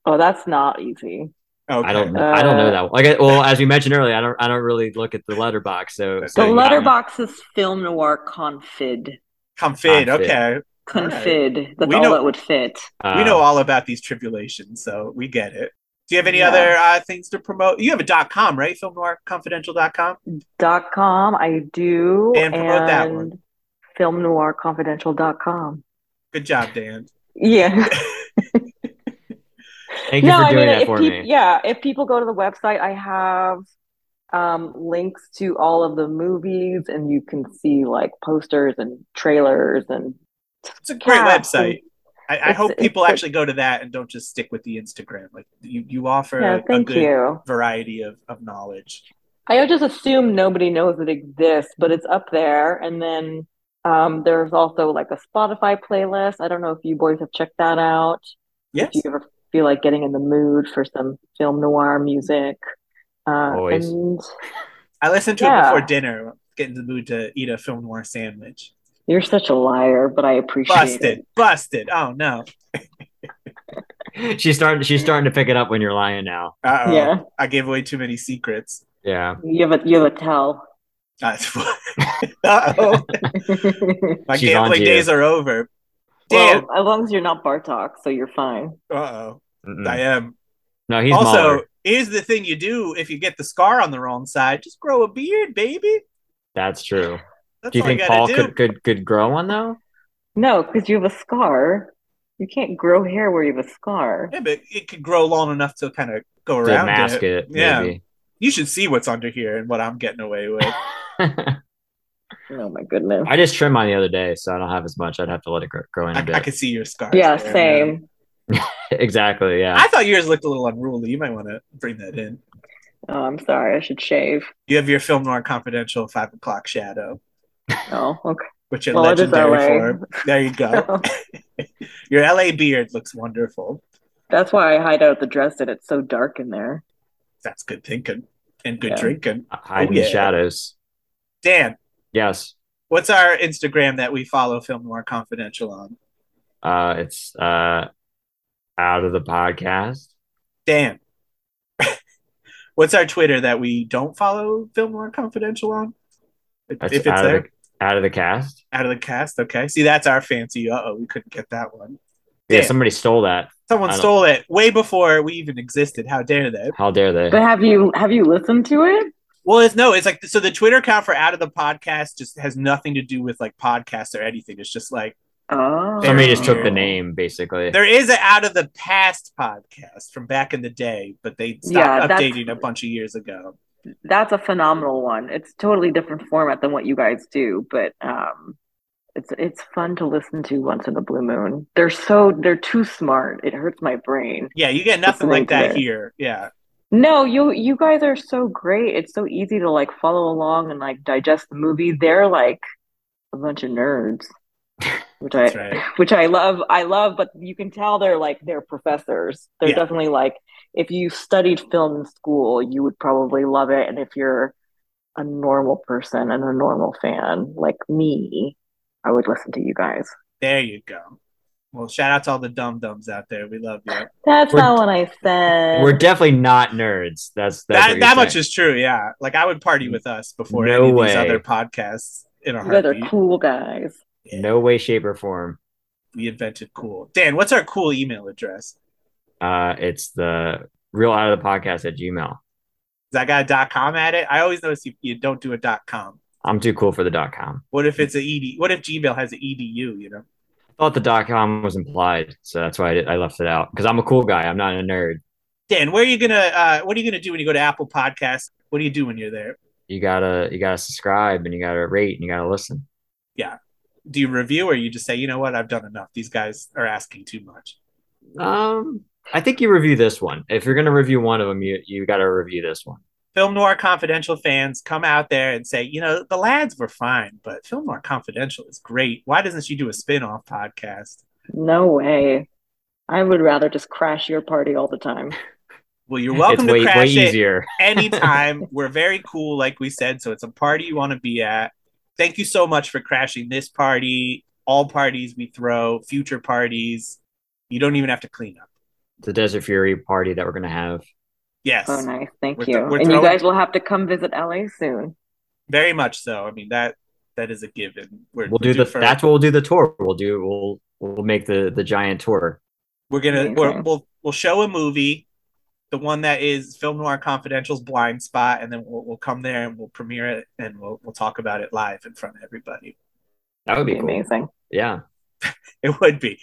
Oh, that's not easy.
Okay.
I don't I don't know
Uh,
that. One. Like I- well, as you mentioned earlier, I don't I don't really look at the letterbox. So,
The
so you got me.
letterbox is film noir confid.
Confid,
Confid.
okay.
Confid. That's
We
all
know-
that would fit.
we
Uh,
know all about these tribulations, so we get it. Do you have any
Yeah.
other uh, things to promote? You have a dot com, right? Filmnoirconfidential.com.
Dot com, I do.
And promote that one.
and filmnoirconfidential.com.
Good job, Dan.
Yeah.
Thank you
no,
for
I
doing
mean,
that
if
for
peop-
me.
yeah, if people go to the website, I have um, links to all of the movies, and you can see like posters and trailers and
It's a great
caps and-
website. I, I
It's-
hope
it's
people
a-
actually go to that and don't just stick with the Instagram. Like you, you offer
Yeah,
a- a
thank
good
you.
variety of, of knowledge.
I just assume nobody knows it exists, but it's up there. And then um, there's also like a Spotify playlist. I don't know if you boys have checked that out.
Yes.
If you ever feel like getting in the mood for some film noir music. Uh,
Always.
And
I listened to
Yeah.
it before dinner, get in the mood to eat a film noir sandwich.
you're such a liar, but I appreciate
Busted,
it.
busted. Oh no.
she's starting she's starting to pick it up when you're lying now.
Uh oh.
Yeah.
I gave away too many secrets.
Yeah.
You have a you have a tell.
Uh oh. My
She's on
gambling
to you.
days are over.
Well,
Dan.
as long as you're not Bartok, so you're fine.
Uh oh.
Mm-mm.
I am.
No, hmm. he's
also,
Mahler.
here's the thing you do if you get the scar on the wrong side: just grow a beard, baby.
That's true.
That's
Do you
all
think
you
Paul
gotta do.
could, could could grow one though?
No, because you have a scar. You can't grow hair where you have a scar.
Yeah, but it could grow long enough to kind of go
To
around
mask it,
Yeah,
maybe.
you should see what's under here and what I'm getting away with.
Oh my goodness.
I just trimmed mine the other day, so I don't have as much. I'd have to let it grow, grow in
I,
a
I
bit.
could see your scar.
yeah, same.
exactly. Yeah.
I thought yours looked a little unruly. You might want to bring that in.
Oh, I'm sorry. I should shave.
You have your film noir confidential five o'clock shadow,
Oh, okay.
which in
Well, it is
legendary
LA.
form. There you go. your LA beard looks wonderful.
That's why I hide out the dress and it's so dark in there.
That's good thinking and good
Yeah.
drinking.
Hide
Oh,
in
yeah.
the shadows.
Dan,
Yes.
what's our Instagram that we follow Film Noir Confidential on?
Uh, it's uh, out of the podcast.
Dan, what's our Twitter that we don't follow Film Noir Confidential on? If
That's
if it's
out
there,
of the, out of the cast.
out of the cast. Okay, see that's our fancy. Uh oh, we couldn't get that one.
Yeah,
Yeah.
somebody stole that.
Someone
I don't-
stole it way before we even existed. How dare they?
How dare they?
But have you have you listened to it?
Well, it's no, it's like so the Twitter account for out of the podcast just has nothing to do with like podcasts or anything. It's just like
Oh,
Somebody just took the name, basically.
there is an out of the past podcast from back in the day, but they
Yeah,
stopped
that's-
updating a bunch of years ago.
That's a phenomenal one. It's totally different format than what you guys do, but um, it's it's fun to listen to once in a blue moon. They're so they're too smart. It hurts my brain.
Yeah, you get nothing like
link
that
there.
here. Yeah.
No, you you guys are so great. It's so easy to like follow along and like digest the movie. They're like a bunch of nerds, which I
That's right.
which I love. I love, but you can tell they're like they're professors. They're
Yeah.
definitely like if you studied film in school, you would probably love it. And if you're a normal person and a normal fan like me, I would listen to you guys.
There you go. Well, shout out to all the dum dums out there. We love you.
That's
We're-
not what I said.
We're definitely not nerds. That's, that's what
that
you're
that much
saying.
is true. Yeah. Like I would party with us before
No
any of
way.
these other podcasts in a
you guys are
heartbeat.
cool guys.
no way, shape, or form.
We invented cool. Dan, what's our cool email address?
Uh, it's the real out of the podcast at Gmail.
I got a dot com at it. I always notice you, you don't do a dot com.
I'm too cool for the dot com.
What if it's a ed? What if Gmail has an edu? You know,
I thought the dot com was implied, so that's why I, did, I left it out because I'm a cool guy. I'm not a nerd.
Dan, where are you gonna? Uh, what are you gonna do when you go to Apple Podcasts? What do you do when you're there?
You gotta you gotta subscribe and you gotta rate and you gotta listen.
Yeah. Do you review or you just say, you know what, I've done enough. These guys are asking too much.
Um, I think you review this one. If you're gonna review one of them, you you gotta review this one.
Film Noir Confidential fans come out there and say, you know, the lads were fine, but Film Noir Confidential is great. Why doesn't she do a spin-off podcast?
No way. I would rather just crash your party all the time.
Well, you're welcome
It's
to
way-
crash
way
it
easier.
anytime. We're very cool, like we said. So it's a party you want to be at. Thank you so much for crashing this party, all parties we throw, future parties. You don't even have to clean up.
The Desert Fury party that we're gonna have.
Yes.
Oh, nice. Thank
We're
you.
th- we're
and you
throwing-
guys will have to come visit LA soon.
Very much so. I mean that that is a given. We're,
We'll do the that's what we'll do the tour. We'll do we'll we'll make the the giant tour.
we're gonna we're,
Amazing.
we'll we'll show a movie, the one that is Film Noir Confidential's blind spot, and then we'll, we'll come there and we'll premiere it and we'll we'll talk about it live in front of everybody.
That would be,
Be
cool.
amazing.
Yeah.
It would be.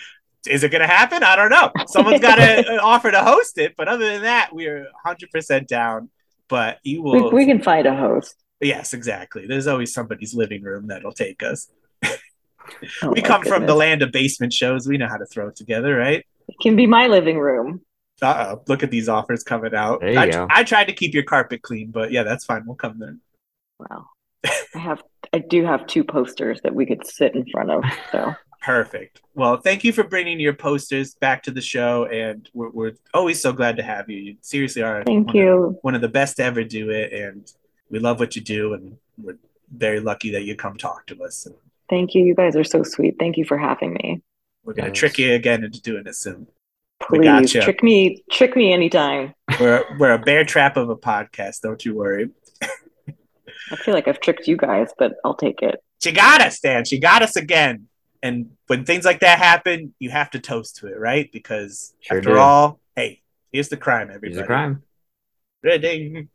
Is it going to happen? I don't know. Someone's got to offer to host it. But other than that, we are 100% down. But you
We,
will.
we can find a host.
Yes, exactly. There's always somebody's living room that'll take us.
Oh,
we
my
come from the
goodness.
land of basement shows. We know how to throw it together, right?
It can be my living room.
Uh oh. Look at these offers coming out.
There you
I,
go.
I tried to keep your carpet clean, but yeah, that's fine. We'll come then.
Wow. I have I do have two posters that we could sit in front of. So
Perfect. Well, thank you for bringing your posters back to the show, and we're, we're always so glad to have you. You seriously are
Thank
one, Of,
you.
one of the best to ever do it, and we love what you do, and we're very lucky that you come talk to us. And
thank you. You guys are so sweet. Thank you for having me.
we're gonna trick you again into doing it soon.
Please
we got you.
trick me trick me anytime.
we're we're a bear trap of a podcast. Don't you worry.
I feel like I've tricked you guys, but I'll take it.
She got us, Dan. She got us again. And when things like that happen, you have to toast to it, right? Because
Sure
after
do.
all, hey, here's the crime, everybody.
It's a crime.
Ready.